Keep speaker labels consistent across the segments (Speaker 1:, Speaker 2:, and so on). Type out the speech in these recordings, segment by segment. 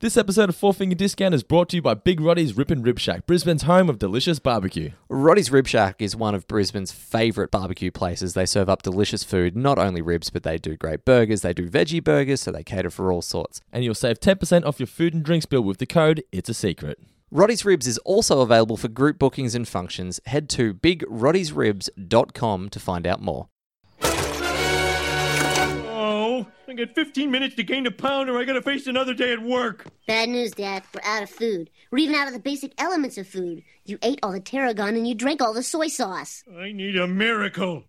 Speaker 1: This episode of Four Finger Discount is brought to you by Big Roddy's Rip and Rib Shack, Brisbane's home of delicious barbecue.
Speaker 2: Roddy's Rib Shack is one of Brisbane's favourite barbecue places. They serve up delicious food, not only ribs, but they do great burgers. They do veggie burgers, so they cater for all sorts.
Speaker 1: And you'll save 10% off your food and drinks bill with the code It's a Secret.
Speaker 2: Roddy's Ribs is also available for group bookings and functions. Head to bigroddysribs.com to find out more.
Speaker 3: Oh, I got 15 minutes to gain a pound or I gotta face another day at work.
Speaker 4: Bad news, Dad. We're out of food. We're even out of the basic elements of food. You ate all the tarragon and you drank all the soy sauce.
Speaker 3: I need a miracle.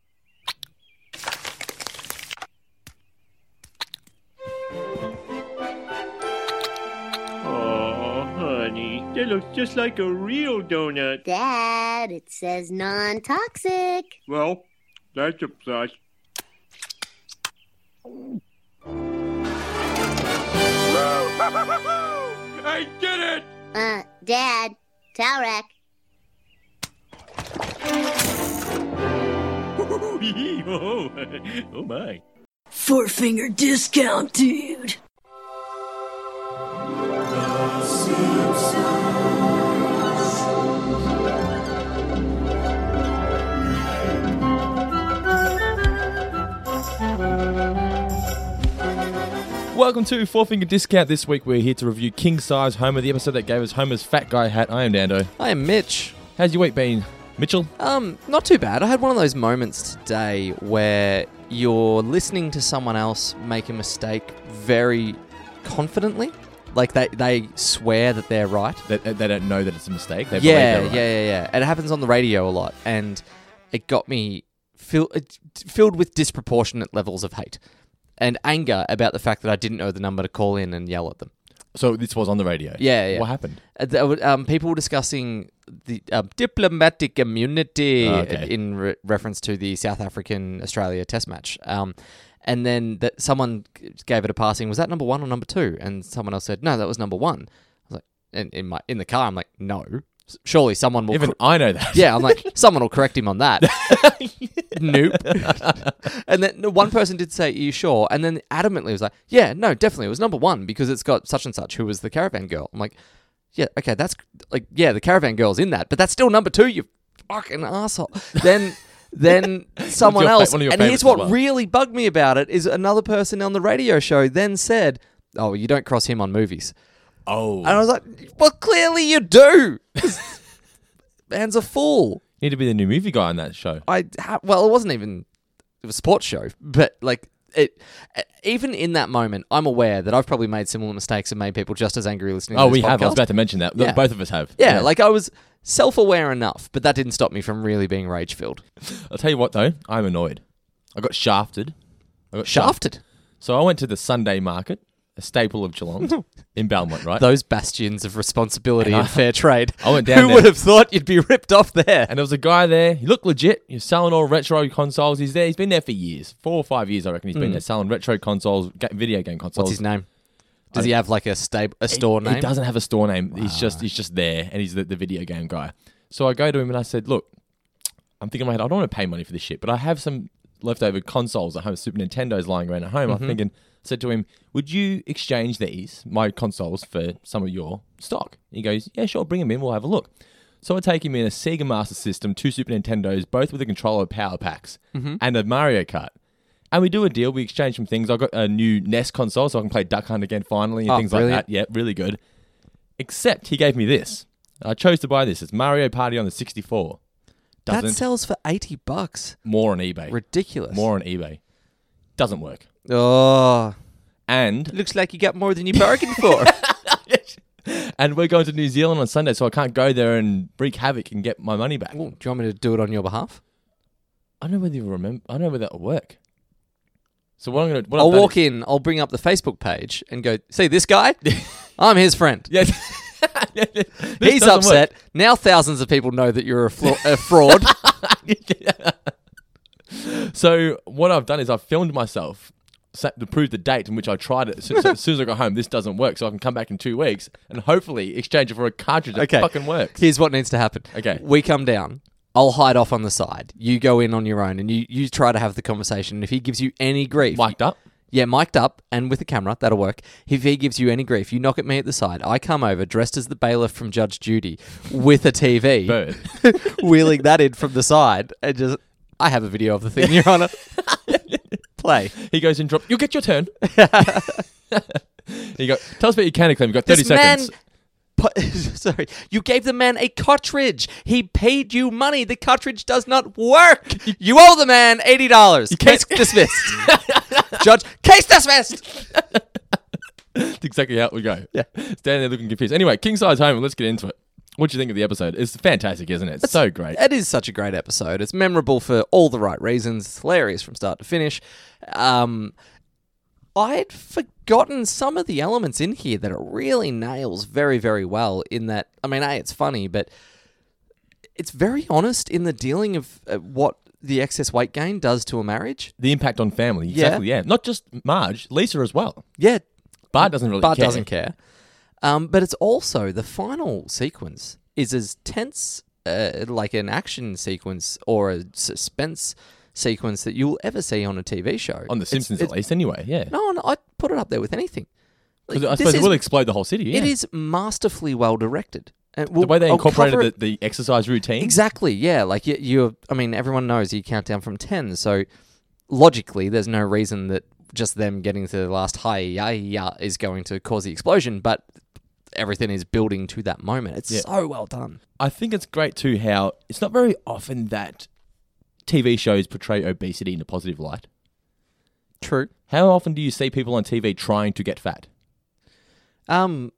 Speaker 3: Oh, honey, that looks just like a real donut.
Speaker 4: Dad, it says non toxic.
Speaker 3: Well, that's a plus. I did it!
Speaker 4: Uh, Dad, Towrac.
Speaker 3: oh, oh my.
Speaker 5: Four finger discount, dude.
Speaker 1: Welcome to Four Finger Discount. This week we're here to review King Size Homer, the episode that gave us Homer's fat guy hat. I am Dando.
Speaker 2: I am Mitch.
Speaker 1: How's your week been, Mitchell?
Speaker 2: Um, not too bad. I had one of those moments today where you're listening to someone else make a mistake very confidently. Like they, they swear that they're right.
Speaker 1: They, they don't know that it's a mistake. They
Speaker 2: yeah,
Speaker 1: believe they're right.
Speaker 2: yeah, yeah, yeah. And it happens on the radio a lot, and it got me fill, it, filled with disproportionate levels of hate and anger about the fact that I didn't know the number to call in and yell at them.
Speaker 1: So this was on the radio.
Speaker 2: Yeah, yeah.
Speaker 1: What happened?
Speaker 2: Uh, there were, Um, people were discussing the um, diplomatic immunity
Speaker 1: Oh, okay.
Speaker 2: in re- reference to the South African Australia Test match. Um, and then that someone g- gave it a passing. Was that number one or number two? And someone else said, "No, that was number one." I was like, and in my in the car, I'm like, "No, S- surely someone will."
Speaker 1: Even
Speaker 2: cor-
Speaker 1: I know that.
Speaker 2: yeah, I'm like, someone will correct him on that. nope. and then no, one person did say, Are you sure? And then adamantly was like, Yeah, no, definitely. It was number one because it's got such and such who was the caravan girl. I'm like, Yeah, okay, that's like, yeah, the caravan girl's in that, but that's still number two, you fucking asshole. Then. Then someone
Speaker 1: your fa-
Speaker 2: else,
Speaker 1: one of your
Speaker 2: and
Speaker 1: favourites
Speaker 2: here's what
Speaker 1: as well.
Speaker 2: really bugged me about it is another person on the radio show then said, "Oh, you don't cross him on movies."
Speaker 1: Oh.
Speaker 2: And I was like, "Well, clearly you do." Man's a fool.
Speaker 1: Need to be the new movie guy on that show.
Speaker 2: I ha- well, it wasn't even it was a sports show, but like it. Even in that moment, I'm aware that I've probably made similar mistakes and made people just as angry listening.
Speaker 1: Oh,
Speaker 2: to this
Speaker 1: we have. I was
Speaker 2: podcast.
Speaker 1: about to mention that.
Speaker 2: Yeah.
Speaker 1: Both of us have.
Speaker 2: yeah, like I was self-aware enough, but that didn't stop me from really being rage-filled,
Speaker 1: I'll tell you what though, I'm annoyed. I got shafted. I got
Speaker 2: shafted.
Speaker 1: So I went to the Sunday market, a staple of Geelong in Belmont, right?
Speaker 2: Those bastions of responsibility and, fair trade.
Speaker 1: I went down
Speaker 2: Who
Speaker 1: there.
Speaker 2: would have thought you'd be ripped off there?
Speaker 1: and there was a guy there. He looked legit. He was selling all retro consoles. He's there. He's been there for years, four or five years, I reckon. He's been there selling retro consoles, ga- video game consoles.
Speaker 2: Hmm. What's his name? Does he have like a stab- a store
Speaker 1: He
Speaker 2: name? Ah.
Speaker 1: doesn't have a store name. He's just he's just there, and he's the, the video game guy. So I go to him and I said, "Look, I'm thinking in my head, I don't want to pay money for this shit, but I have some leftover consoles at home, Super Nintendos lying around at home.
Speaker 2: Mm-hmm.
Speaker 1: I'm thinking." Said to him, "Would you exchange these my consoles for some of your stock?" He goes, "Yeah, sure. Bring them in. We'll have a look." So I take him in a Sega Master System, two Super Nintendos, both with a controller power packs,
Speaker 2: Mm-hmm.
Speaker 1: and a Mario Kart. And we do a deal. We exchange some things. I got a new NES console, so I can play Duck Hunt again finally, and
Speaker 2: Oh,
Speaker 1: things
Speaker 2: brilliant.
Speaker 1: like that. Yeah, really good. Except he gave me this. I chose to buy this. It's Mario Party on the 64.
Speaker 2: that
Speaker 1: Doesn't
Speaker 2: sells for eighty bucks.
Speaker 1: more on eBay.
Speaker 2: Ridiculous.
Speaker 1: More on eBay. Doesn't work.
Speaker 2: Oh,
Speaker 1: And
Speaker 2: looks like you got more than you bargained for.
Speaker 1: and we're going to New Zealand on Sunday, so I can't go there and wreak havoc and get my money back.
Speaker 2: Ooh, do you want me to do it on your behalf?
Speaker 1: I don't know whether you remember. I don't know whether that'll work. So what I'm gonna what
Speaker 2: I'll
Speaker 1: I've done
Speaker 2: walk
Speaker 1: is-
Speaker 2: in, I'll bring up the Facebook page and go, see this guy? I'm his friend.
Speaker 1: Yeah. This
Speaker 2: He's
Speaker 1: doesn't work.
Speaker 2: upset. Now thousands of people know that you're a, fla- a fraud.
Speaker 1: So what I've done is I've filmed myself sa- to prove the date in which I tried it. So, so as soon as I got home, this doesn't work. So I can come back in two weeks and hopefully exchange it for a cartridge that fucking works.
Speaker 2: Here's what needs to happen.
Speaker 1: Okay.
Speaker 2: We come down. I'll hide off on the side. You go in on your own and you, you try to have the conversation. And if he gives you any grief,
Speaker 1: Mic'd up.
Speaker 2: Yeah, mic'd up and with a camera, that'll work. If he gives you any grief, you knock at me at the side. I come over dressed as the bailiff from Judge Judy with a TV,
Speaker 1: Bird.
Speaker 2: wheeling that in from the side, and just I have a video of the thing, Your Honor. Play.
Speaker 1: He goes and drops. You'll get your turn. you go. Tell us about your candy claim. You've got thirty
Speaker 2: This
Speaker 1: seconds.
Speaker 2: Man- pu- Sorry, you gave the man a cartridge. He paid you money. The cartridge does not work. You owe the man eighty dollars. Case dismissed. Judge, case dismissed.
Speaker 1: That's exactly how it would go.
Speaker 2: Yeah.
Speaker 1: Standing there looking confused. Anyway, king size home. Let's get into it. What do you think of the episode? It's fantastic, isn't it? It's so great.
Speaker 2: It is such a great episode. It's memorable for all the right reasons. It's hilarious from start to finish. Um, I'd forgotten some of the elements in here that it really nails very, very well. In that, I mean, a it's funny, but it's very honest in the dealing of uh, what the excess weight gain does to a marriage.
Speaker 1: The impact on family. Exactly. Yeah. Not just Marge, Lisa as well.
Speaker 2: Yeah,
Speaker 1: Bart doesn't really.
Speaker 2: Bart
Speaker 1: care.
Speaker 2: doesn't care. Um, but it's also the final sequence is as tense, uh, like an action sequence or a suspense sequence that you'll ever see on a TV show.
Speaker 1: on The
Speaker 2: It's-
Speaker 1: Simpsons
Speaker 2: it's-
Speaker 1: at least. Anyway, yeah.
Speaker 2: No, no, I'd put it up there with anything.
Speaker 1: 'Cause I
Speaker 2: This
Speaker 1: suppose it
Speaker 2: is-
Speaker 1: will explode the whole city. Yeah.
Speaker 2: It is masterfully well directed. And
Speaker 1: the
Speaker 2: we'll-
Speaker 1: way they
Speaker 2: I'll
Speaker 1: incorporated
Speaker 2: cover
Speaker 1: the,
Speaker 2: it-
Speaker 1: the exercise routine.
Speaker 2: Exactly, yeah. Like you, you're, I mean, everyone knows you count down from 10. So logically, there's no reason that just them getting to the last high yeah, yeah is going to cause the explosion, but everything is building to that moment. It's
Speaker 1: Yeah.
Speaker 2: so well done.
Speaker 1: I think it's great too how it's not very often that TV shows portray obesity in a positive light.
Speaker 2: True.
Speaker 1: How often do you see people on TV trying to get fat?
Speaker 2: Um,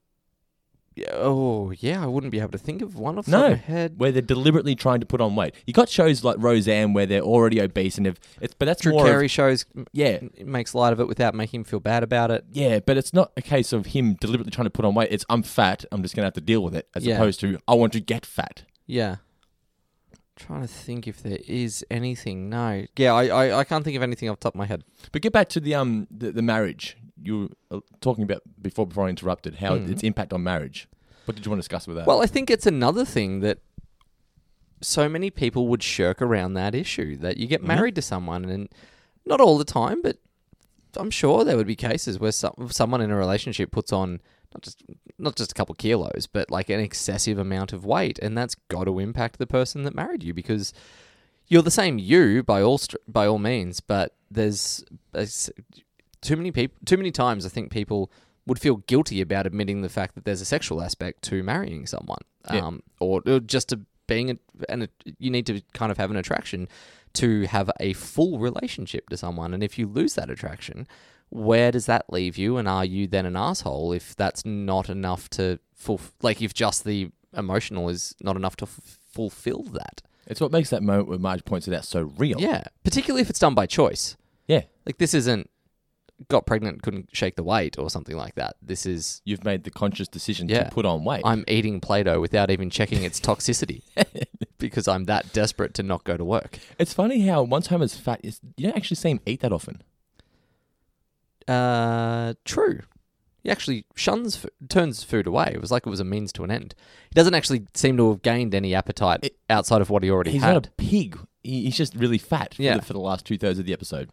Speaker 2: yeah, oh, yeah, I wouldn't be able to think of one off the top
Speaker 1: No,
Speaker 2: of my head.
Speaker 1: where they're deliberately trying to put on weight. You got shows like Roseanne where they're already obese and have it's, but that's
Speaker 2: Drew
Speaker 1: more of-
Speaker 2: Carey shows,
Speaker 1: yeah,
Speaker 2: it makes light of it without making him feel bad about it.
Speaker 1: yeah, but it's not a case of him deliberately trying to put on weight. It's I'm fat, I'm just gonna have to deal with it, as
Speaker 2: Yeah.
Speaker 1: opposed to I want to get fat.
Speaker 2: Yeah. Trying to think if there is anything. No. Yeah, I, I, I can't think of anything off the top of my head.
Speaker 1: But get back to the um the, the marriage you were uh, talking about before before I interrupted how its impact on marriage. What did you want to discuss with that?
Speaker 2: Mm-hmm. Well, I think it's another thing that so many people would shirk around that issue that you get married to someone and not all the time, but I'm sure there would be cases where some, someone in a relationship puts on not just not just a couple kilos, but like an excessive amount of weight, and that's got to impact the person that married you because you're the same you by all str- by all means, but there's a s- too many people too many times I think people would feel guilty about admitting the fact that there's a sexual aspect to marrying someone,
Speaker 1: Yeah.
Speaker 2: um, or, or just to being a, and you need to kind of have an attraction to have a full relationship to someone, and if you lose that attraction, where does that leave you? And are you then an asshole if that's not enough to fulf- like if just the emotional is not enough to f- fulfill that?
Speaker 1: It's what makes that moment where Marge points it out so real.
Speaker 2: Yeah, particularly if it's done by choice.
Speaker 1: Yeah.
Speaker 2: Like this isn't got pregnant, couldn't shake the weight or something like that. This is
Speaker 1: You've made the conscious decision
Speaker 2: Yeah.
Speaker 1: to put on weight.
Speaker 2: I'm eating Play-Doh without even checking its toxicity because I'm that desperate to not go to work.
Speaker 1: it's funny how once Homer's fat, is you don't actually see him eat that often.
Speaker 2: Uh, true. He actually shuns fo- turns food away. It was like it was a means to an end. He doesn't actually seem to have gained any appetite outside of what he already
Speaker 1: He's
Speaker 2: had.
Speaker 1: not a pig. He, he's just really fat for,
Speaker 2: Yeah.
Speaker 1: the, for the last two thirds of the episode.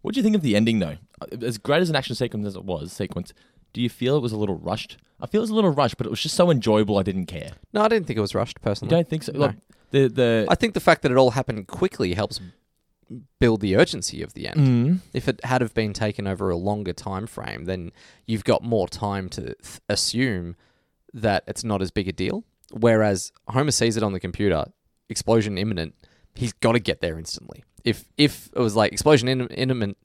Speaker 1: What do you think of the ending, though? Uh, As great as an action sequence as it was, sequence, do you feel it was a little rushed? I feel it was a little rushed, but it was just so enjoyable. I didn't care.
Speaker 2: No, I didn't think it was rushed
Speaker 1: You
Speaker 2: personally.
Speaker 1: don't think so? Like, the the
Speaker 2: Mm. I think the fact that it all happened quickly helps build the urgency of the end.
Speaker 1: Mm.
Speaker 2: If it had have been taken over a longer time frame, then you've got more time to th- assume that it's not as big a deal. Whereas Homer sees it on the computer, explosion imminent. He's got to get there instantly. If if it was like explosion in- imminent,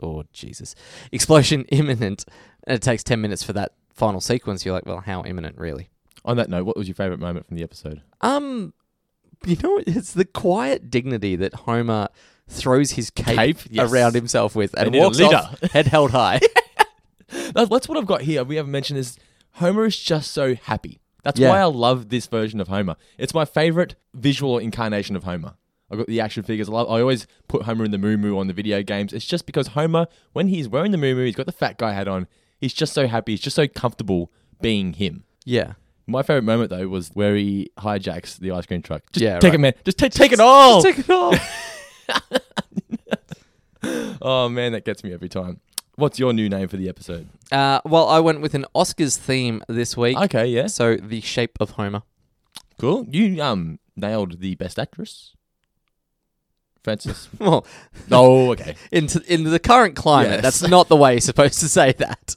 Speaker 2: oh Jesus, explosion imminent, and it takes ten minutes for that final sequence, you're like, well, how imminent really?
Speaker 1: on that note, what was your favorite moment from the episode?
Speaker 2: Um, you know, it's the quiet dignity that Homer throws his cape,
Speaker 1: Cape, yes.
Speaker 2: around himself with and
Speaker 1: need a
Speaker 2: walks
Speaker 1: leader.
Speaker 2: off head held high.
Speaker 1: That- That's what I've got here. We haven't mentioned is Homer is just so happy. That's
Speaker 2: Yeah.
Speaker 1: why I love this version of Homer. It's my favorite visual incarnation of Homer. I've got the action figures. I, love, I always put Homer in the Moo Moo on the video games. It's just because Homer, when he's wearing the Moo Moo, he's got the fat guy hat on. He's just so happy. He's just so comfortable being him.
Speaker 2: yeah,
Speaker 1: My favorite moment though was where he hijacks the ice cream truck. Just
Speaker 2: Yeah,
Speaker 1: take
Speaker 2: right.
Speaker 1: it, man. Just ta- take it all.
Speaker 2: take it off.
Speaker 1: oh man, that gets me every time. What's your new name for the episode?
Speaker 2: Uh, well, I went with an Oscars theme this week.
Speaker 1: Okay, yeah.
Speaker 2: So the shape of Homer.
Speaker 1: Cool. You um nailed the best actress. Francis.
Speaker 2: Well,
Speaker 1: oh, okay.
Speaker 2: in, t- in the current climate,
Speaker 1: Yes.
Speaker 2: that's not the way you're supposed to say that.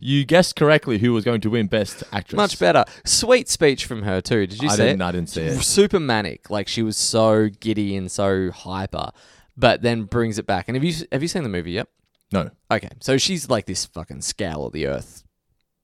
Speaker 1: You guessed correctly who was going to win best actress.
Speaker 2: Much better. Sweet speech from her too. Did you
Speaker 1: I
Speaker 2: see
Speaker 1: didn't
Speaker 2: it?
Speaker 1: I didn't see it.
Speaker 2: Super manic. Like she was so giddy and so hyper, but then brings it back. And have you have you seen the movie yet?
Speaker 1: No.
Speaker 2: Okay, so she's like this fucking scale of the earth.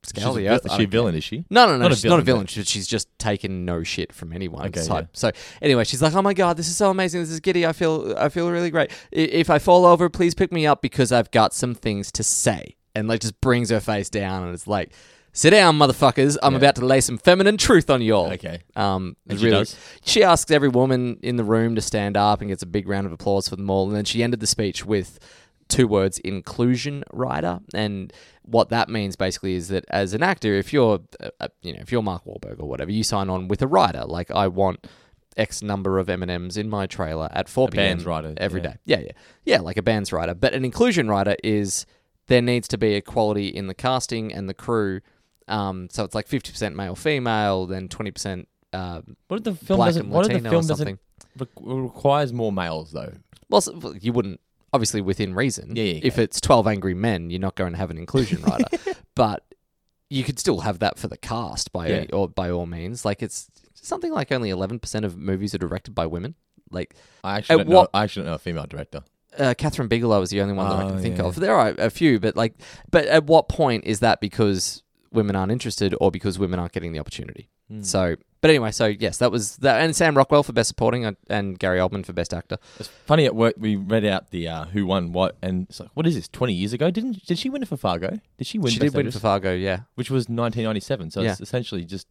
Speaker 2: Scale
Speaker 1: She's
Speaker 2: of
Speaker 1: a
Speaker 2: the
Speaker 1: vil-
Speaker 2: earth.
Speaker 1: is
Speaker 2: I
Speaker 1: she a
Speaker 2: don't care.
Speaker 1: villain, is she?
Speaker 2: No, no, no.
Speaker 1: Not a
Speaker 2: she's not a
Speaker 1: villain,
Speaker 2: villain. She- She's just taken no shit from anyone.
Speaker 1: Okay,
Speaker 2: type.
Speaker 1: yeah.
Speaker 2: So anyway, she's like, "Oh my god, this is so amazing. This is giddy. I feel, I feel really great. I- If I fall over, please pick me up because I've got some things to say." And like, just brings her face down, and it's like, "Sit down, motherfuckers. I'm about to lay some feminine truth on y'all."
Speaker 1: Okay.
Speaker 2: Um,
Speaker 1: And she
Speaker 2: really,
Speaker 1: does?
Speaker 2: she asks every woman in the room to stand up and gets a big round of applause for them all. And then she ended the speech with two words inclusion rider. And what that means basically is that as an actor, if you're, uh, uh, you know, if you're Mark Wahlberg or whatever, you sign on with a rider. Like, I want X number of M&Ms in my trailer at 4 p.m.
Speaker 1: band's rider,
Speaker 2: every
Speaker 1: yeah.
Speaker 2: day. Yeah, yeah. Yeah, like a band's rider. But an inclusion rider is there needs to be equality in the casting and the crew. Um, so it's like 50% male, female, then 20%. Uh,
Speaker 1: What if the film
Speaker 2: Black
Speaker 1: doesn't
Speaker 2: and
Speaker 1: what if the
Speaker 2: Latino or
Speaker 1: film
Speaker 2: something.
Speaker 1: doesn't requ- requires more males though?
Speaker 2: well, s- well, you wouldn't, obviously within reason.
Speaker 1: Yeah, yeah,
Speaker 2: If it's 12 angry men, you're not going to have an inclusion rider. but you could still have that for the cast by,
Speaker 1: Yeah.
Speaker 2: or by all means. Like it's something like only 11% of movies are directed by women. Like
Speaker 1: I actually
Speaker 2: At
Speaker 1: don't know
Speaker 2: what-
Speaker 1: I actually don't know a female director.
Speaker 2: uh, Catherine Bigelow is the only one that
Speaker 1: Oh,
Speaker 2: I can think
Speaker 1: yeah.
Speaker 2: of. There are a few, but like, but at what point is that because women aren't interested or because women aren't getting the opportunity?
Speaker 1: Hmm.
Speaker 2: So, but anyway, so yes, that was that, and Sam Rockwell for best supporting and, and Gary Oldman for best actor.
Speaker 1: It's funny at work we read out the uh, who won what and it's like what is this 20 years ago? Didn't did she win it for Fargo? Did she win
Speaker 2: she
Speaker 1: Best
Speaker 2: did win
Speaker 1: Actress?
Speaker 2: for Fargo, yeah.
Speaker 1: which was 1997. So it's
Speaker 2: Yeah.
Speaker 1: essentially just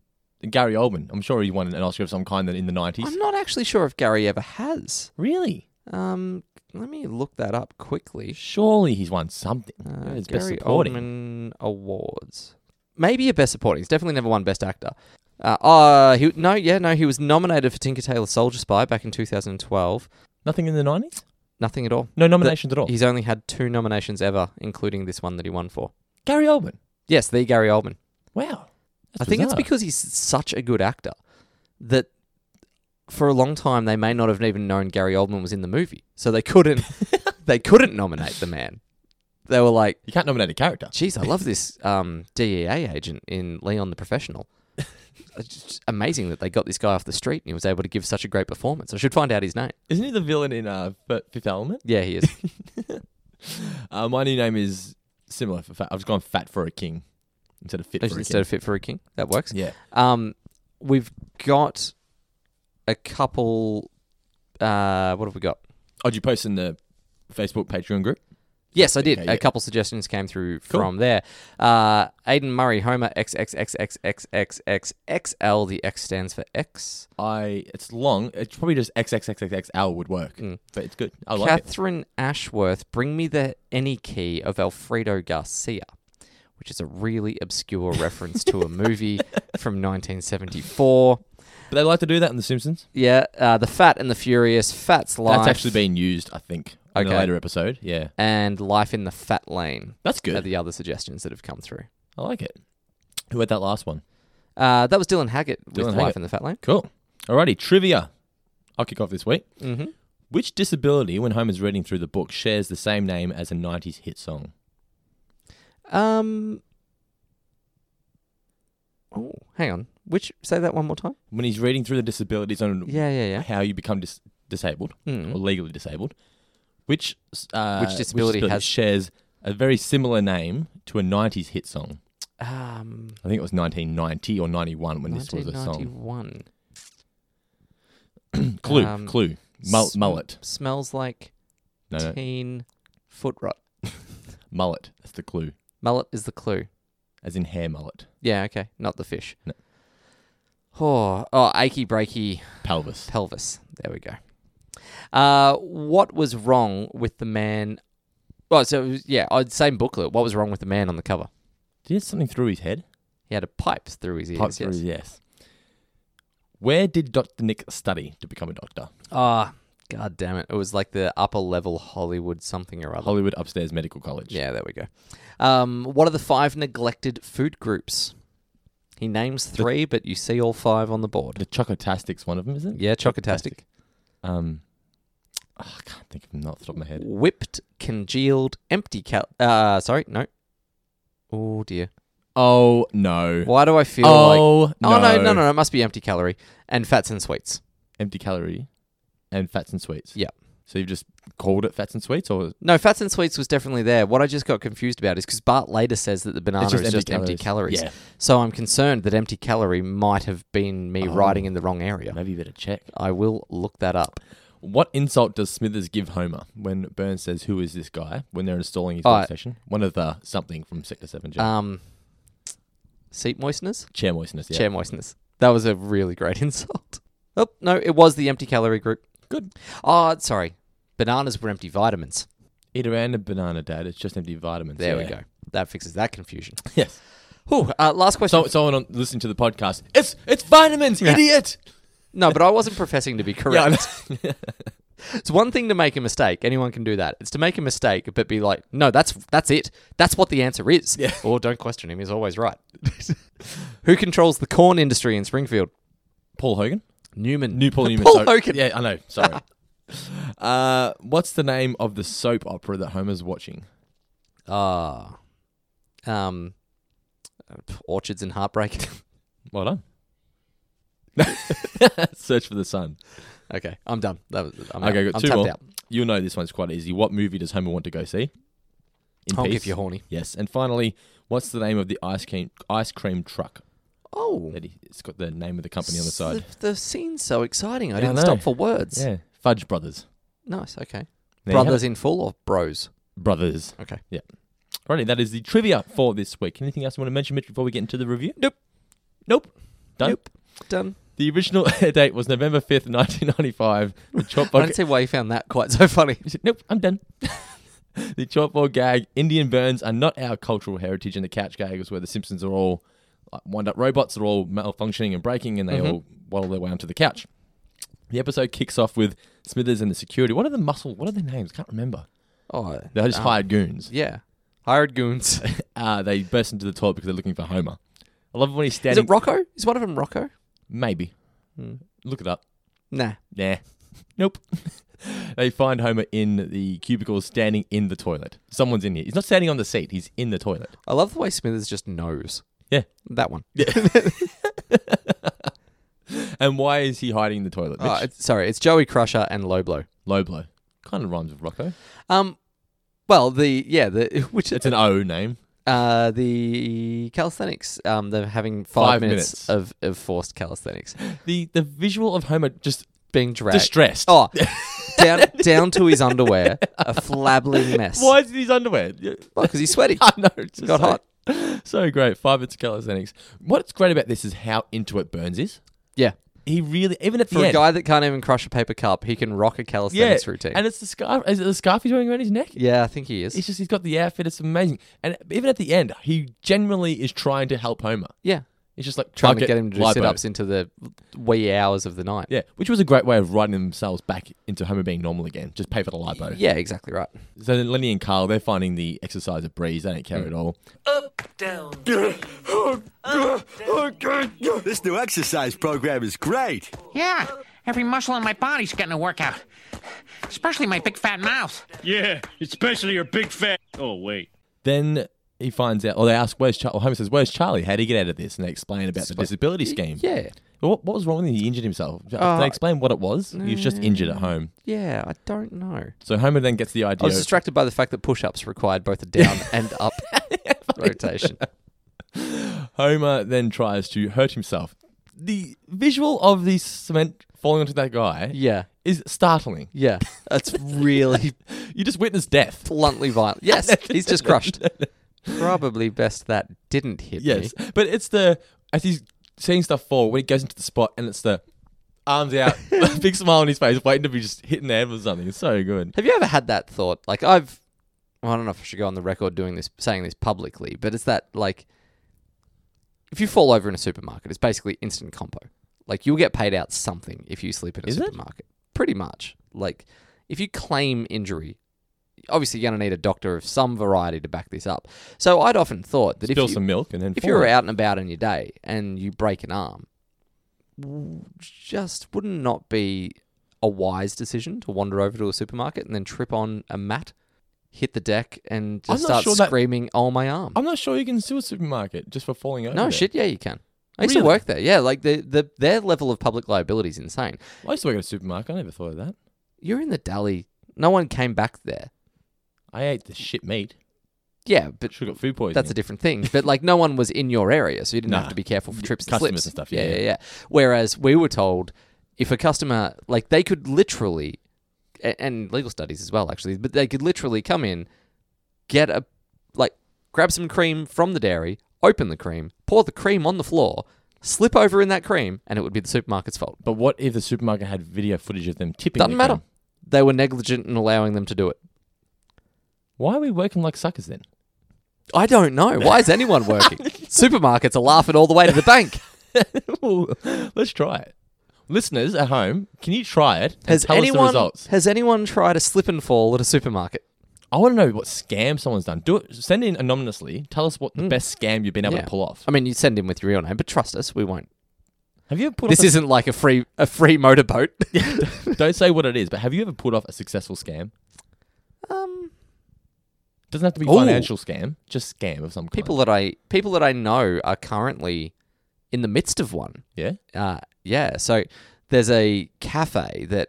Speaker 1: Gary Oldman. I'm sure he won an Oscar of some kind in the 90s.
Speaker 2: I'm not actually sure if Gary ever has.
Speaker 1: really?
Speaker 2: Um, let me look that up quickly.
Speaker 1: Surely he's won something.
Speaker 2: Uh,
Speaker 1: Yeah, it's best
Speaker 2: Gary
Speaker 1: supporting.
Speaker 2: Oldman awards. Maybe a best supporting. He's definitely never won best actor. Uh, uh he no, yeah, no. He was nominated for Tinker Tailor Soldier Spy back in 2012.
Speaker 1: Nothing in the 90s?
Speaker 2: Nothing at all.
Speaker 1: No nominations at all.
Speaker 2: He's only had two nominations ever, including this one that he won for.
Speaker 1: Gary Oldman.
Speaker 2: Yes, the Gary Oldman.
Speaker 1: Wow.
Speaker 2: I think it's
Speaker 1: bizarre.
Speaker 2: because he's such a good actor that for a long time they may not have even known Gary Oldman was in the movie, so they couldn't they couldn't nominate the man. They were like,
Speaker 1: You can't nominate a character.
Speaker 2: Jeez, I love this um, DEA agent in Leon the Professional. It's just amazing that they got this guy off the street and he was able to give such a great performance. I should find out his name.
Speaker 1: Isn't he the villain in uh, F- Fifth Element?
Speaker 2: Yeah, he is.
Speaker 1: Uh, my new name is similar. For fat. I've just gone fat for a king instead of fit for a
Speaker 2: Instead
Speaker 1: king.
Speaker 2: of Fit for a King. That works.
Speaker 1: yeah.
Speaker 2: Um, we've got a couple. Uh, what have we got?
Speaker 1: Oh, did you post in the Facebook Patreon group?
Speaker 2: Yes, I did.
Speaker 1: Okay, yeah.
Speaker 2: A couple suggestions came through
Speaker 1: Cool.
Speaker 2: from there. Uh, Aiden Murray, Homer, XXXXXXXXL. The X stands for X.
Speaker 1: I it's long. It's probably just XXXXXL would work, but it's good. I like it.
Speaker 2: Catherine Ashworth, bring me the any key of Alfredo Garcia, which is a really obscure reference to a movie from 1974.
Speaker 1: But they like to do that in The Simpsons.
Speaker 2: Yeah, uh, the Fat and the Furious, Fat's Life,
Speaker 1: That's actually been used, I think, in
Speaker 2: Okay.
Speaker 1: a later episode. Yeah,
Speaker 2: and Life in the Fat Lane.
Speaker 1: that's
Speaker 2: Are
Speaker 1: good.
Speaker 2: the other suggestions that have come through?
Speaker 1: I like it. Who had that last one?
Speaker 2: Uh, that was Dylan Haggett with
Speaker 1: Dylan
Speaker 2: Life
Speaker 1: Haggett.
Speaker 2: in the Fat Lane.
Speaker 1: Cool. Alrighty, trivia. I'll kick off this week.
Speaker 2: Mhm.
Speaker 1: Which disability, when Homer's reading through the book, shares the same name as a '90s hit song?
Speaker 2: Um. Oh, hang on. Which say that one more time?
Speaker 1: When he's reading through the disabilities on
Speaker 2: Yeah, yeah, yeah.
Speaker 1: how you become dis- disabled
Speaker 2: Mm.
Speaker 1: or legally disabled, which uh,
Speaker 2: Which disability has-
Speaker 1: shares a very similar name to a '90s hit song?
Speaker 2: Um,
Speaker 1: I think it was 1990 or 91 when this was a song.
Speaker 2: 1991.
Speaker 1: Clue,
Speaker 2: Um,
Speaker 1: clue, Mul-
Speaker 2: Sm-
Speaker 1: mullet.
Speaker 2: Smells like
Speaker 1: No, no,
Speaker 2: teen foot rot.
Speaker 1: mullet. That's the clue,
Speaker 2: Mullet is the clue.
Speaker 1: as in hair mullet,
Speaker 2: Yeah, okay. Not the fish.
Speaker 1: No.
Speaker 2: Oh, oh, achy breaky
Speaker 1: pelvis.
Speaker 2: pelvis. There we go. Uh, what was wrong with the man? Oh, so it was- yeah, oh, same booklet. What was wrong with the man on the cover?
Speaker 1: Did he have something through his head?
Speaker 2: He had a pipe through his ears.
Speaker 1: Pipes through
Speaker 2: yes.
Speaker 1: his- yes. Where did Dr. Nick study to become a doctor?
Speaker 2: Ah, God damn it. It was like the upper level Hollywood something or other.
Speaker 1: Hollywood Upstairs Medical College.
Speaker 2: yeah, there we go. Um, what are the five neglected food groups? He names three, but you see all five on the board.
Speaker 1: The Chocotastic's one of them, isn't it?
Speaker 2: Yeah, chocotastic.
Speaker 1: Um, oh, I can't think of them off the top of my head.
Speaker 2: Whipped, congealed, empty cal. Uh, sorry, no. Oh dear.
Speaker 1: Oh, no.
Speaker 2: Why do I feel like?
Speaker 1: Oh,
Speaker 2: Oh no, no, no, no! It must be empty calorie and fats and sweets.
Speaker 1: Empty calorie and fats and sweets.
Speaker 2: Yeah.
Speaker 1: So you've just called it fats and sweets or
Speaker 2: No, fats and sweets was definitely there. What I just got confused about is because Bart later says that the banana
Speaker 1: It's just
Speaker 2: is
Speaker 1: empty
Speaker 2: just empty
Speaker 1: calories.
Speaker 2: calories.
Speaker 1: Yeah. Oh.
Speaker 2: So I'm concerned that empty calorie might have been me writing in the wrong area.
Speaker 1: maybe you better check.
Speaker 2: I will look that up.
Speaker 1: What insult does Smithers give Homer when Burns says, Who is this guy? when they're installing his
Speaker 2: Oh,
Speaker 1: workstation? One of the something from Sector 7 Jim.
Speaker 2: Um, seat moisteners,
Speaker 1: Chair moistness. Yeah.
Speaker 2: chair moisteners. That was a really great insult. Oh no, it was the empty calorie group.
Speaker 1: Good.
Speaker 2: Oh, sorry, bananas were empty vitamins.
Speaker 1: Eat a random banana, Dad. It's just empty vitamins.
Speaker 2: There we
Speaker 1: Yeah.
Speaker 2: go. That fixes that confusion.
Speaker 1: Yes.
Speaker 2: Whew, uh, last question.
Speaker 1: So, someone on, listening to the podcast, it's it's vitamins, idiot.
Speaker 2: no, but I wasn't professing to be correct.
Speaker 1: Yeah, I know.
Speaker 2: It's one thing to make a mistake. Anyone can do that. It's to make a mistake, but be like, no, that's that's it. That's what the answer is.
Speaker 1: Yeah.
Speaker 2: Or don't question him. He's always right. Who controls the corn industry in Springfield?
Speaker 1: Paul Hogan.
Speaker 2: Newman.
Speaker 1: New Paul Newman.
Speaker 2: Paul
Speaker 1: sorry.
Speaker 2: Hogan.
Speaker 1: Yeah, I know. Sorry. uh, what's the name of the soap opera that Homer's watching?
Speaker 2: Ah. um, orchards and heartbreak.
Speaker 1: Well done. Search for the sun.
Speaker 2: okay, I'm done. That was, I'm
Speaker 1: Okay,
Speaker 2: out.
Speaker 1: got
Speaker 2: I'm
Speaker 1: two
Speaker 2: tapped
Speaker 1: more.
Speaker 2: out.
Speaker 1: You'll know this one's quite easy. What movie does Homer want to go see? In
Speaker 2: Honk
Speaker 1: peace.
Speaker 2: if you're horny.
Speaker 1: Yes. And finally, what's the name of the ice cream ice cream truck?
Speaker 2: Oh,
Speaker 1: That he, it's got the name of the company on the side.
Speaker 2: The, the scene's so exciting.
Speaker 1: Yeah,
Speaker 2: I
Speaker 1: I
Speaker 2: didn't
Speaker 1: know.
Speaker 2: stop for words.
Speaker 1: Yeah, Fudge Brothers.
Speaker 2: Nice. Okay.
Speaker 1: There you have
Speaker 2: Brothers in full or bros?
Speaker 1: it. Brothers.
Speaker 2: Okay.
Speaker 1: Yeah. Alrighty, that is the trivia for this week. Anything else you want to mention, Mitch, before we get into the review?
Speaker 2: Nope.
Speaker 1: Nope. Done.
Speaker 2: Nope. Done.
Speaker 1: The original air date was November 5th, 1995. The chalkboard
Speaker 2: I don't see why you found that quite so funny.
Speaker 1: He said, nope, I'm done. the chalkboard gag, Indian burns are not our cultural heritage, and the couch gag is where the Simpsons are all like, wind up robots are all malfunctioning and breaking, and they all waddle their way onto the couch. The episode kicks off with Smithers and the security. What are the muscle? What are their names? Can't remember.
Speaker 2: Oh,
Speaker 1: They're just hired goons.
Speaker 2: yeah. Hired goons.
Speaker 1: Uh, they burst into the toilet because they're looking for Homer. I love it when he's
Speaker 2: Is
Speaker 1: standing.
Speaker 2: it Rocco? Is one of them Rocco?
Speaker 1: Maybe. Look it up.
Speaker 2: Nah.
Speaker 1: Nah. Nope. they find Homer in the cubicle standing in the toilet. Someone's in here. He's not standing on the seat, he's in the toilet.
Speaker 2: I love the way Smithers just knows.
Speaker 1: Yeah.
Speaker 2: That one.
Speaker 1: And why is he hiding in the toilet?
Speaker 2: Oh,
Speaker 1: Mitch?
Speaker 2: it's, sorry, it's Joey Crusher and Low Blow.
Speaker 1: Low blow. Kind of rhymes with Rocco.
Speaker 2: Um, well, the yeah, the which
Speaker 1: It's an O name.
Speaker 2: uh the calisthenics. Um, they're having five,
Speaker 1: Five minutes.
Speaker 2: of of forced calisthenics,
Speaker 1: The the visual of Homer just
Speaker 2: being dragged.
Speaker 1: distressed.
Speaker 2: Oh, down down to his underwear, a flabbling mess.
Speaker 1: Why is it his underwear?
Speaker 2: Because he's sweaty.
Speaker 1: I know. It's just
Speaker 2: Got
Speaker 1: so,
Speaker 2: hot.
Speaker 1: So great. Five minutes of calisthenics. What's great about this is how into it Burns is.
Speaker 2: Yeah.
Speaker 1: He really, even at the
Speaker 2: For
Speaker 1: end.
Speaker 2: a guy that can't even crush a paper cup, he can rock a calisthenics routine.
Speaker 1: And it's the scarf. Is it the scarf he's wearing around his neck?
Speaker 2: yeah, I think he is.
Speaker 1: It's just he's got the outfit. It's amazing, and even at the end, he genuinely is trying to help Homer.
Speaker 2: yeah.
Speaker 1: It's just like
Speaker 2: trying
Speaker 1: "Fuck
Speaker 2: to
Speaker 1: it,
Speaker 2: get him to do
Speaker 1: libo."
Speaker 2: sit ups into the wee hours of the night.
Speaker 1: Yeah, which was a great way of writing themselves back into Homer being normal again. Just pay for the lipo.
Speaker 2: Yeah, exactly right.
Speaker 1: So then Lenny and Carl, they're finding the exercise of breeze. They don't care
Speaker 2: Mm.
Speaker 1: at all.
Speaker 6: This new exercise program is great.
Speaker 7: Yeah, every muscle in my body's getting a workout, especially my big fat mouth.
Speaker 3: Yeah, especially your big fat. Oh, wait.
Speaker 1: Then he finds out, or they ask, "Where's Charlie?" Homer says, "Where's Charlie? How would he get out of this?" And they explain about the disability scheme.
Speaker 2: Yeah.
Speaker 1: What, what was wrong with him? He injured himself.
Speaker 2: Uh,
Speaker 1: they explain what it was. He was just injured at home.
Speaker 2: Yeah, I don't know.
Speaker 1: So Homer then gets the idea.
Speaker 2: I was
Speaker 1: of-
Speaker 2: distracted by the fact that push ups required both a down and up rotation.
Speaker 1: Homer then tries to hurt himself. The visual of the cement falling onto that guy
Speaker 2: Yeah.
Speaker 1: is startling.
Speaker 2: Yeah. That's really
Speaker 1: You just witness death.
Speaker 2: bluntly violent. Yes, he's just crushed. Probably best that didn't hit
Speaker 1: Yes.
Speaker 2: me.
Speaker 1: But it's the, as he's seeing stuff fall, when he goes into the spot and it's the arms out, big smile on his face, waiting to be just hit in the head or something. It's so good.
Speaker 2: Have you ever had that thought? Like, I've. well, I don't know if I should go on the record doing this, saying this publicly, but it's that, like, if you fall over in a supermarket, it's basically instant compo. Like, you'll get paid out something if you sleep in a
Speaker 1: Is it?
Speaker 2: supermarket. pretty much. Like, if you claim injury, obviously you're going to need a doctor of some variety to back this up. So I'd often thought that
Speaker 1: Spill
Speaker 2: if you,
Speaker 1: some milk and then
Speaker 2: if
Speaker 1: fall.
Speaker 2: you were out and about in your day and you break an arm, w- just wouldn't not be a wise decision to wander over to a supermarket and then trip on a mat, hit the deck, and
Speaker 1: I'm
Speaker 2: just
Speaker 1: not
Speaker 2: start
Speaker 1: sure that-
Speaker 2: screaming, "Oh my arm!"
Speaker 1: I'm not sure you can sue a supermarket just for falling over.
Speaker 2: No
Speaker 1: there.
Speaker 2: shit, yeah, you can. I used to
Speaker 1: Really?
Speaker 2: work there. Yeah, like the, the their level of public liability is insane.
Speaker 1: I used to work at a supermarket. I never thought of that.
Speaker 2: You're in the deli. No one came back there.
Speaker 1: I ate the shit meat.
Speaker 2: Yeah, but
Speaker 1: Should have got food poisoning.
Speaker 2: that's a different thing. But like, no one was in your area, so you didn't
Speaker 1: Nah.
Speaker 2: have to be careful for
Speaker 1: Yeah,
Speaker 2: trips and
Speaker 1: customers
Speaker 2: slips
Speaker 1: and stuff,
Speaker 2: yeah,
Speaker 1: yeah.
Speaker 2: yeah, yeah. Whereas we were told if a customer, like, they could literally, a- and legal studies as well, actually, but they could literally come in, get a, like, grab some cream from the dairy, open the cream, pour the cream on the floor, slip over in that cream, and it would be the supermarket's fault.
Speaker 1: But what if the supermarket had video footage of them tipping?
Speaker 2: Doesn't
Speaker 1: the
Speaker 2: matter.
Speaker 1: cream?
Speaker 2: They were negligent in allowing them to do it.
Speaker 1: Why are we working like suckers then?
Speaker 2: I don't know. Why is anyone working? Supermarkets are laughing all the way to the bank.
Speaker 1: well, let's try it. Listeners at home, can you try it and
Speaker 2: Has
Speaker 1: tell
Speaker 2: anyone
Speaker 1: us the results?
Speaker 2: has anyone tried a slip and fall at a supermarket?
Speaker 1: I want to know what scam someone's done. Do it. Send in anonymously. Tell us what the
Speaker 2: Hmm.
Speaker 1: best scam you've been able to pull off.
Speaker 2: I mean, you send in with your real name, but trust us, we won't.
Speaker 1: Have you ever put
Speaker 2: This
Speaker 1: off a-
Speaker 2: isn't like a free a free motorboat.
Speaker 1: Don't say what it is, but have you ever pulled off a successful scam?
Speaker 2: um,
Speaker 1: Doesn't have to be
Speaker 2: Ooh.
Speaker 1: financial scam, just scam of some kind.
Speaker 2: people that I people that I know are currently in the midst of one.
Speaker 1: yeah.
Speaker 2: Uh, yeah. So there's a cafe that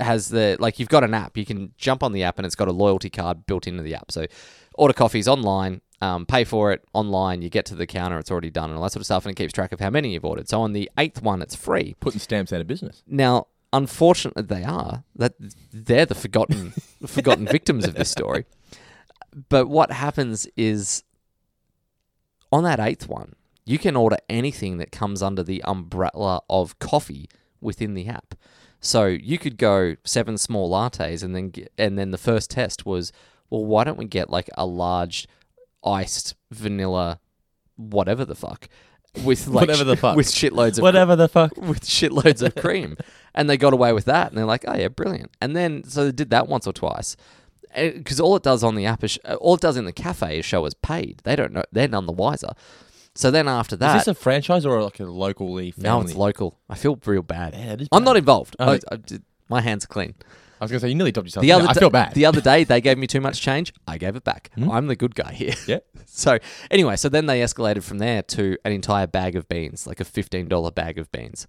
Speaker 2: has the like you've got an app. You can jump on the app and it's got a loyalty card built into the app. So order coffees online, um, pay for it online. You get to the counter, it's already done and all that sort of stuff, and it keeps track of how many you've ordered. So on the eighth one, it's free.
Speaker 1: Putting stamps out of business.
Speaker 2: Now, unfortunately, they are that they're the forgotten forgotten victims of this story. But what happens is on that eighth one, you can order anything that comes under the umbrella of coffee within the app. So you could go seven small lattes, and then get, and then the first test was, well, why don't we get like a large iced vanilla, whatever the fuck, with like
Speaker 1: Whatever the fuck.
Speaker 2: with shitloads of
Speaker 1: Whatever the fuck.
Speaker 2: with shitloads of cream. And they got away with that. And they're like, oh, yeah, brilliant. And then, so they did that once or twice. Because all it does on the app is, uh, all it does in the cafe is show us paid. They don't know, they're none the wiser. So then after that,
Speaker 1: Is this a franchise or like a locally
Speaker 2: no,
Speaker 1: family?
Speaker 2: it's local. I feel real bad.
Speaker 1: Yeah, it is
Speaker 2: I'm
Speaker 1: bad.
Speaker 2: not involved.
Speaker 1: Oh.
Speaker 2: I, I did- my hands are clean.
Speaker 1: I was gonna say you nearly dubbed yourself.
Speaker 2: The
Speaker 1: Yeah,
Speaker 2: other
Speaker 1: I
Speaker 2: da-
Speaker 1: feel bad. Hmm?
Speaker 2: The other day, they gave me too much change. I gave it back. I'm the good guy here.
Speaker 1: yeah.
Speaker 2: So anyway, so then they escalated from there to an entire bag of beans, like a fifteen dollar bag of beans,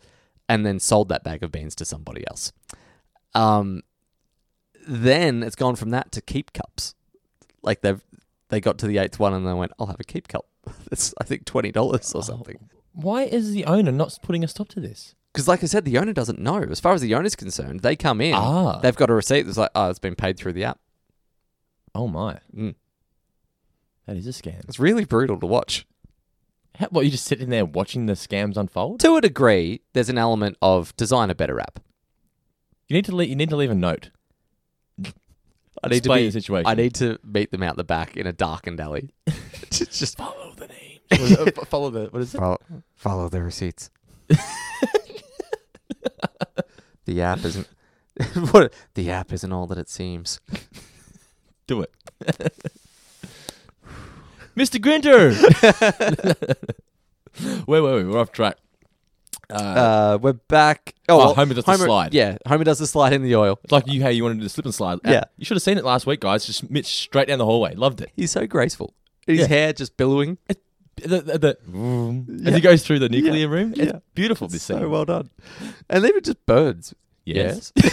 Speaker 2: and then sold that bag of beans to somebody else. Um, then it's gone from that to keep cups. Like they've they got to the eighth one and they went, "I'll have a keep cup." That's I think twenty dollars or something.
Speaker 1: Why is the owner not putting a stop to this?
Speaker 2: Because, like I said, the owner doesn't know. As far as the owner's concerned, they come in,
Speaker 1: Ah.
Speaker 2: they've got a receipt that's like, "Oh, it's been paid through the app."
Speaker 1: Oh my.
Speaker 2: Mm.
Speaker 1: That is a scam.
Speaker 2: It's really brutal to watch.
Speaker 1: How, what you just sitting there watching the scams unfold?
Speaker 2: To a degree, there's an element of design a better app.
Speaker 1: You need to leave, you need to leave a note.
Speaker 2: I need
Speaker 1: Explain
Speaker 2: to be,
Speaker 1: the situation.
Speaker 2: I need to meet them out the back in a darkened alley. just just
Speaker 1: Follow the name. follow the what is it?
Speaker 2: follow, follow the receipts. the app isn't what the app isn't all that it seems.
Speaker 1: Do it. Mr. Grinter. wait, wait, wait. We're off track.
Speaker 2: Uh, we're back. Oh,
Speaker 1: Oh, Homer does the slide.
Speaker 2: Yeah, Homer does the slide in the oil.
Speaker 1: It's like you how you wanted to do the slip and slide. Uh,
Speaker 2: Yeah.
Speaker 1: You should have seen it last week, guys. Just Mitch straight down the hallway. Loved it.
Speaker 2: He's so graceful. His
Speaker 1: Yeah.
Speaker 2: hair just billowing.
Speaker 1: The, the, the- As he goes through the nuclear room. It's
Speaker 2: Mm. Yeah.
Speaker 1: beautiful, this scene.
Speaker 2: So well done. And they were just birds.
Speaker 1: Yes.
Speaker 2: Yes.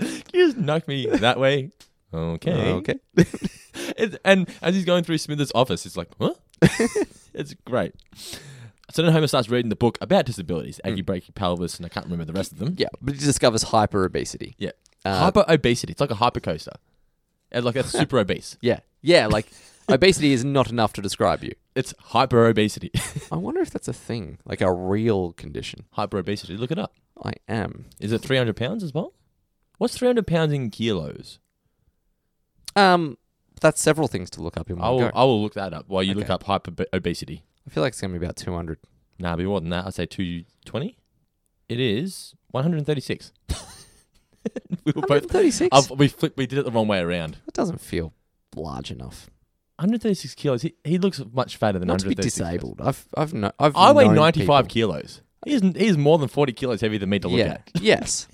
Speaker 1: you just knock me that way. Okay.
Speaker 2: Uh, okay.
Speaker 1: It, and as he's going through Smithers' office, it's like, huh? it's great. So then Homer starts reading the book about disabilities, achy, breaky pelvis, and I can't remember the rest of them.
Speaker 2: Mm. Yeah, but he discovers hyper obesity.
Speaker 1: Yeah.
Speaker 2: Uh,
Speaker 1: hyper obesity. It's like a hyper coaster. And like that's super obese.
Speaker 2: Yeah. Yeah, like obesity is not enough to describe you.
Speaker 1: It's hyper obesity.
Speaker 2: I wonder if that's a thing, like a real condition.
Speaker 1: hyper obesity. Look it up.
Speaker 2: I am.
Speaker 1: Is it 300 pounds as well? What's 300 pounds in kilos?
Speaker 2: Um, that's several things to look up in one
Speaker 1: I will,
Speaker 2: Mm, go.
Speaker 1: I will look that up while you look
Speaker 2: Okay.
Speaker 1: up hyper obesity.
Speaker 2: I feel like it's gonna be about two hundred.
Speaker 1: Nah, it'd be more than that. I'd say 220 It is 136. we were both.
Speaker 2: 36?
Speaker 1: I've, we flipped. We did it the wrong way around.
Speaker 2: That doesn't feel large enough.
Speaker 1: 136 kilos. He, he looks much fatter than
Speaker 2: Not to be
Speaker 1: 136.
Speaker 2: disabled. I've I've no, I've
Speaker 1: I weigh
Speaker 2: known
Speaker 1: 95
Speaker 2: people-
Speaker 1: kilos. He's he's more than 40 kilos heavier than me to look
Speaker 2: Yeah.
Speaker 1: at.
Speaker 2: yes.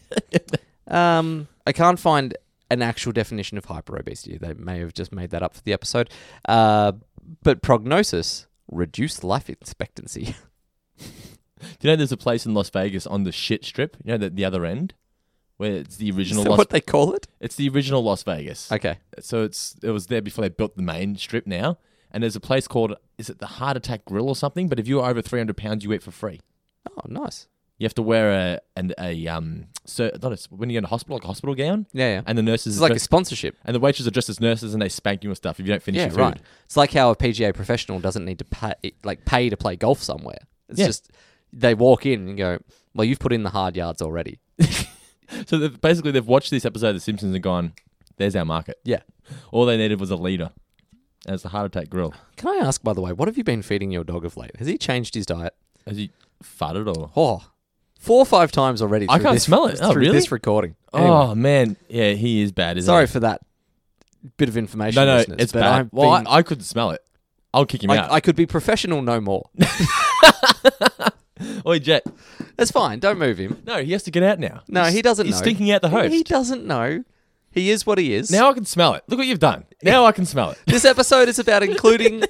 Speaker 2: Um, I can't find an actual definition of hyperobesity. They may have just made that up for the episode. Uh, but prognosis reduced life expectancy.
Speaker 1: Do you know there's a place in Las Vegas on the shit strip? You know the, the other end where it's the
Speaker 2: Is
Speaker 1: original.
Speaker 2: that
Speaker 1: Las,
Speaker 2: what they call it?
Speaker 1: it's the original Las Vegas.
Speaker 2: Okay.
Speaker 1: So it's it was there before they built the main strip now. And there's a place called is it the Heart Attack Grill or something? But if you're over 300 pounds, you eat for free.
Speaker 2: Oh, nice.
Speaker 1: You have to wear a and a um so not a, when you go to hospital like a hospital gown.
Speaker 2: Yeah, yeah.
Speaker 1: And the nurses
Speaker 2: It's
Speaker 1: are
Speaker 2: like a
Speaker 1: dressed-
Speaker 2: sponsorship.
Speaker 1: and the waitresses are dressed as nurses and they spank you and stuff if you don't finish
Speaker 2: Yeah,
Speaker 1: your food.
Speaker 2: right. It's like how a PGA professional doesn't need to pay, like pay to play golf somewhere. It's
Speaker 1: Yeah.
Speaker 2: just they walk in and go, "Well, you've put in the hard yards already."
Speaker 1: So they've, basically, they've watched this episode of The Simpsons and gone, "There's our market."
Speaker 2: Yeah.
Speaker 1: All they needed was a leader. And it's the Heart Attack Grill.
Speaker 2: Can I ask, by the way, what have you been feeding your dog of late? Has he changed his diet?
Speaker 1: Has he farted or?
Speaker 2: Oh, four or five times already.
Speaker 1: I
Speaker 2: through
Speaker 1: can't
Speaker 2: this-
Speaker 1: smell it. Oh,
Speaker 2: through
Speaker 1: really?
Speaker 2: This recording. Anyway,
Speaker 1: Oh man, yeah, he is bad. Isn't
Speaker 2: sorry
Speaker 1: he?
Speaker 2: for that bit of information.
Speaker 1: no, no,
Speaker 2: listeners,
Speaker 1: it's
Speaker 2: but
Speaker 1: bad.
Speaker 2: I've
Speaker 1: well,
Speaker 2: been-
Speaker 1: I, I couldn't smell it. I'll kick him
Speaker 2: I-
Speaker 1: out.
Speaker 2: I could be professional no more.
Speaker 1: Oi, Jet.
Speaker 2: That's fine. Don't move him.
Speaker 1: No, he has to get out now.
Speaker 2: No,
Speaker 1: He's-
Speaker 2: he doesn't
Speaker 1: He's
Speaker 2: know.
Speaker 1: stinking out the host.
Speaker 2: He doesn't know. He is what he is.
Speaker 1: now I can smell it. Look what you've done. Now I can smell it.
Speaker 2: This episode is about including,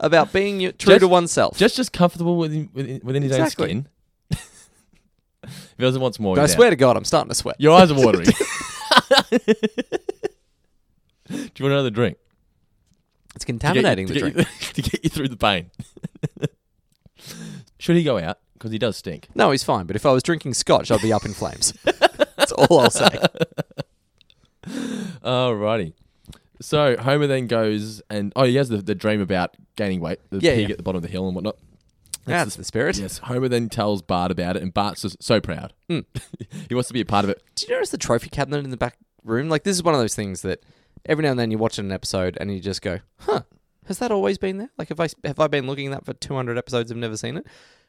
Speaker 2: about being y- true
Speaker 1: Just-
Speaker 2: to oneself.
Speaker 1: Just, just comfortable within within, within his
Speaker 2: Exactly.
Speaker 1: own skin. if he doesn't want more,
Speaker 2: I
Speaker 1: he's out.
Speaker 2: swear to God, I'm starting to sweat.
Speaker 1: your eyes are watering. Do you want another drink?
Speaker 2: It's
Speaker 1: to get
Speaker 2: contaminating
Speaker 1: you-
Speaker 2: the
Speaker 1: to
Speaker 2: drink.
Speaker 1: get you- to get you through the pain. Should he go out? Because he does stink.
Speaker 2: No, he's fine. But if I was drinking scotch, I'd be up in flames. That's all I'll say.
Speaker 1: Alrighty. So Homer then goes and oh, he has the, the dream about gaining weight, the
Speaker 2: Yeah,
Speaker 1: pig
Speaker 2: yeah.
Speaker 1: at the bottom of the hill and whatnot.
Speaker 2: That's the spirit.
Speaker 1: Yes. Homer then tells Bart about it, and Bart's just so proud. Hmm. he wants to be a part of it.
Speaker 2: Do you notice the trophy cabinet in the back room? Like, this is one of those things that every now and then you watch an episode and you just go, huh, has that always been there? Like, have I, have I been looking at that for 200 episodes and never seen it?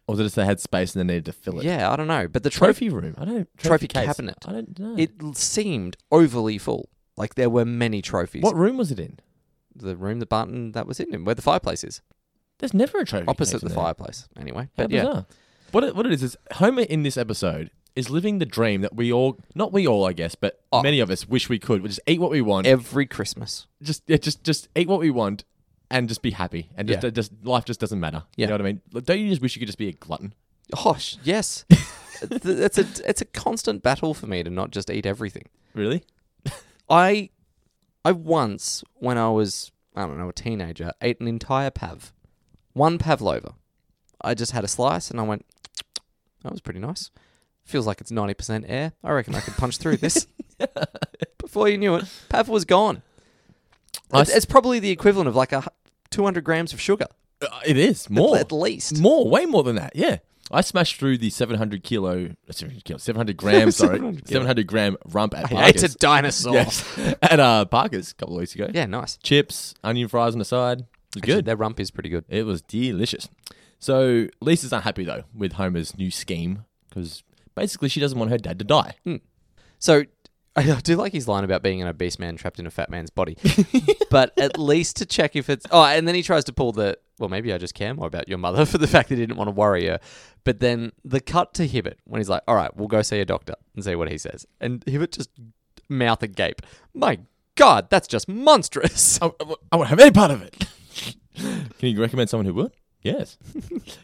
Speaker 1: Or was it just they had space and they needed to fill it?
Speaker 2: Yeah, I don't know. But the trophy,
Speaker 1: Trophy room. I don't
Speaker 2: Trophy
Speaker 1: case.
Speaker 2: cabinet.
Speaker 1: I don't know.
Speaker 2: it l- seemed overly full. Like, there were many trophies.
Speaker 1: what room was it in?
Speaker 2: The room that Barton, that was in, him, where the fireplace is.
Speaker 1: There's never a trophy.
Speaker 2: Opposite
Speaker 1: case in
Speaker 2: the
Speaker 1: there.
Speaker 2: fireplace, anyway.
Speaker 1: How
Speaker 2: But yeah.
Speaker 1: bizarre. What it, what it is is Homer in this episode is living the dream that we all not we all I guess, but
Speaker 2: Oh.
Speaker 1: many of us wish we could. We just eat what we want.
Speaker 2: Every Christmas.
Speaker 1: just yeah, just just eat what we want and just be happy. And just
Speaker 2: Yeah.
Speaker 1: uh, just life just doesn't matter.
Speaker 2: Yeah.
Speaker 1: You know what I mean? Like, Don't you just wish you could just be a glutton?
Speaker 2: Gosh, yes. Th- it's a it's a constant battle for me to not just eat everything.
Speaker 1: Really?
Speaker 2: I I once when I was I don't know a teenager ate an entire pav, one pavlova. I just had a slice and I went, that was pretty nice. Feels like it's ninety percent air. I reckon I could punch through this. Before you knew it, pav was gone.
Speaker 1: I
Speaker 2: It's,
Speaker 1: s-
Speaker 2: it's probably the equivalent of like a two hundred grams of sugar
Speaker 1: Uh, it is more
Speaker 2: at least.
Speaker 1: more way more than that. Yeah. I smashed through the 700 kilo, 700 kilo, 700 gram, sorry,
Speaker 2: 700 kilo.
Speaker 1: 700 gram rump at
Speaker 2: I ate
Speaker 1: Parker's.
Speaker 2: a dinosaur.
Speaker 1: yes, at uh, Parker's a couple of weeks ago.
Speaker 2: Yeah, nice.
Speaker 1: Chips, onion fries on the side. It was
Speaker 2: Actually,
Speaker 1: good.
Speaker 2: Their rump is pretty good.
Speaker 1: It was delicious. So Lisa's unhappy though with Homer's new scheme because basically she doesn't want her dad to die.
Speaker 2: Mm. So I do like his line about being an obese man trapped in a fat man's body, but at least to check if it's. Oh, and then he tries to pull the. Well, maybe I just care more about your mother for the fact that he didn't want to worry her. But then the cut to Hibbert when he's like, "All right, we'll go see a doctor and see what he says," and Hibbert just mouth agape. My God, that's just monstrous.
Speaker 1: I, I, I won't have any part of it. Can you recommend someone who would? Yes.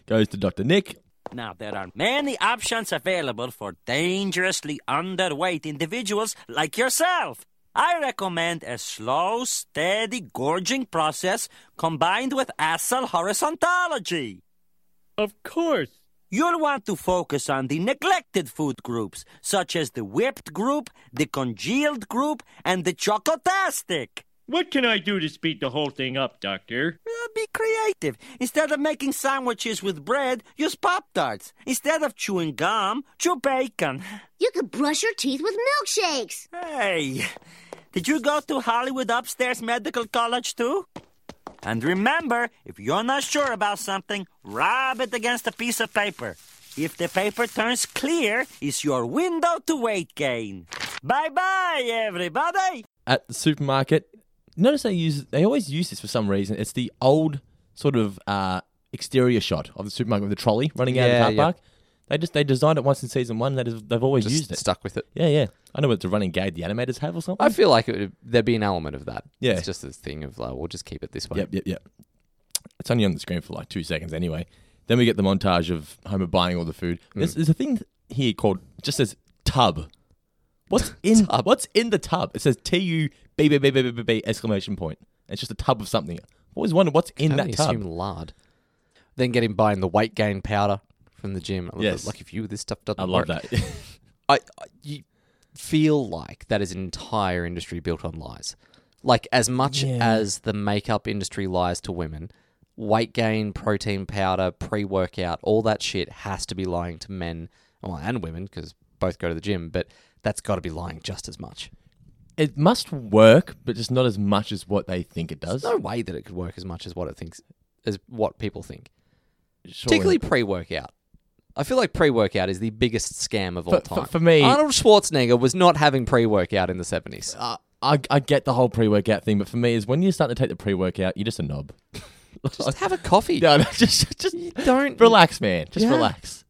Speaker 1: Goes to Dr. Nick.
Speaker 8: Now, there are many options available for dangerously underweight individuals like yourself. I recommend a slow, steady gorging process combined with acid horizontology.
Speaker 3: Of course.
Speaker 8: You'll want to focus on the neglected food groups, such as the whipped group, the congealed group, and the chocotastic.
Speaker 3: What can I do to speed the whole thing up, Doctor?
Speaker 8: Uh, Be creative. Instead of making sandwiches with bread, use Pop Tarts. Instead of chewing gum, chew bacon.
Speaker 4: You could brush your teeth with milkshakes.
Speaker 8: Hey, did you go to Hollywood Upstairs Medical College too? And remember, if you're not sure about something, rub it against a piece of paper. If the paper turns clear, it's your window to weight gain. Bye bye, everybody!
Speaker 1: at the supermarket. Notice they use they always use this for some reason. It's the old sort of uh, exterior shot of the supermarket with the trolley running out of the
Speaker 2: Yeah,
Speaker 1: car
Speaker 2: yeah.
Speaker 1: park. They just they designed it once in season one. That is, they've always
Speaker 2: Just
Speaker 1: used it.
Speaker 2: stuck with it.
Speaker 1: Yeah, yeah. I know it's a running gag the animators have or something.
Speaker 2: I feel like it would, there'd be an element of that.
Speaker 1: Yeah.
Speaker 2: It's just this thing of, like, we'll just keep it this way.
Speaker 1: Yep, yep, yep. It's only on the screen for like two seconds anyway. Then we get the montage of Homer buying all the food.
Speaker 2: Mm.
Speaker 1: There's, there's a thing here called just says tub. What's in what's in the tub? It says T U B B B B B B B exclamation point. It's just a tub of something. I always wonder what's in
Speaker 2: Can
Speaker 1: that
Speaker 2: only
Speaker 1: tub.
Speaker 2: assume lard. Then get him buying the weight gain powder from the gym. I love
Speaker 1: Yes.
Speaker 2: that. Like, if you, this stuff doesn't
Speaker 1: I love
Speaker 2: work.
Speaker 1: that.
Speaker 2: I, I you feel like that is an entire industry built on lies. Like as much
Speaker 1: Yeah.
Speaker 2: as the makeup industry lies to women, weight gain, protein powder, pre-workout, all that shit has to be lying to men well, and women because both go to the gym, but that's got to be lying just as much.
Speaker 1: it must work, but just not as much as what they think it does.
Speaker 2: There's no way that it could work as much as what it thinks as what people think,
Speaker 1: Surely.
Speaker 2: particularly pre-workout. I feel like pre-workout is the biggest scam of all
Speaker 1: For- for-
Speaker 2: time.
Speaker 1: for me-
Speaker 2: Arnold Schwarzenegger was not having pre-workout in the 70s.
Speaker 1: I, I I get the whole pre-workout thing, but for me is when you start to take the pre-workout, you're just a knob.
Speaker 2: Just have a coffee.
Speaker 1: No, no, just just
Speaker 2: don't-
Speaker 1: relax, man. Just
Speaker 2: Yeah.
Speaker 1: relax.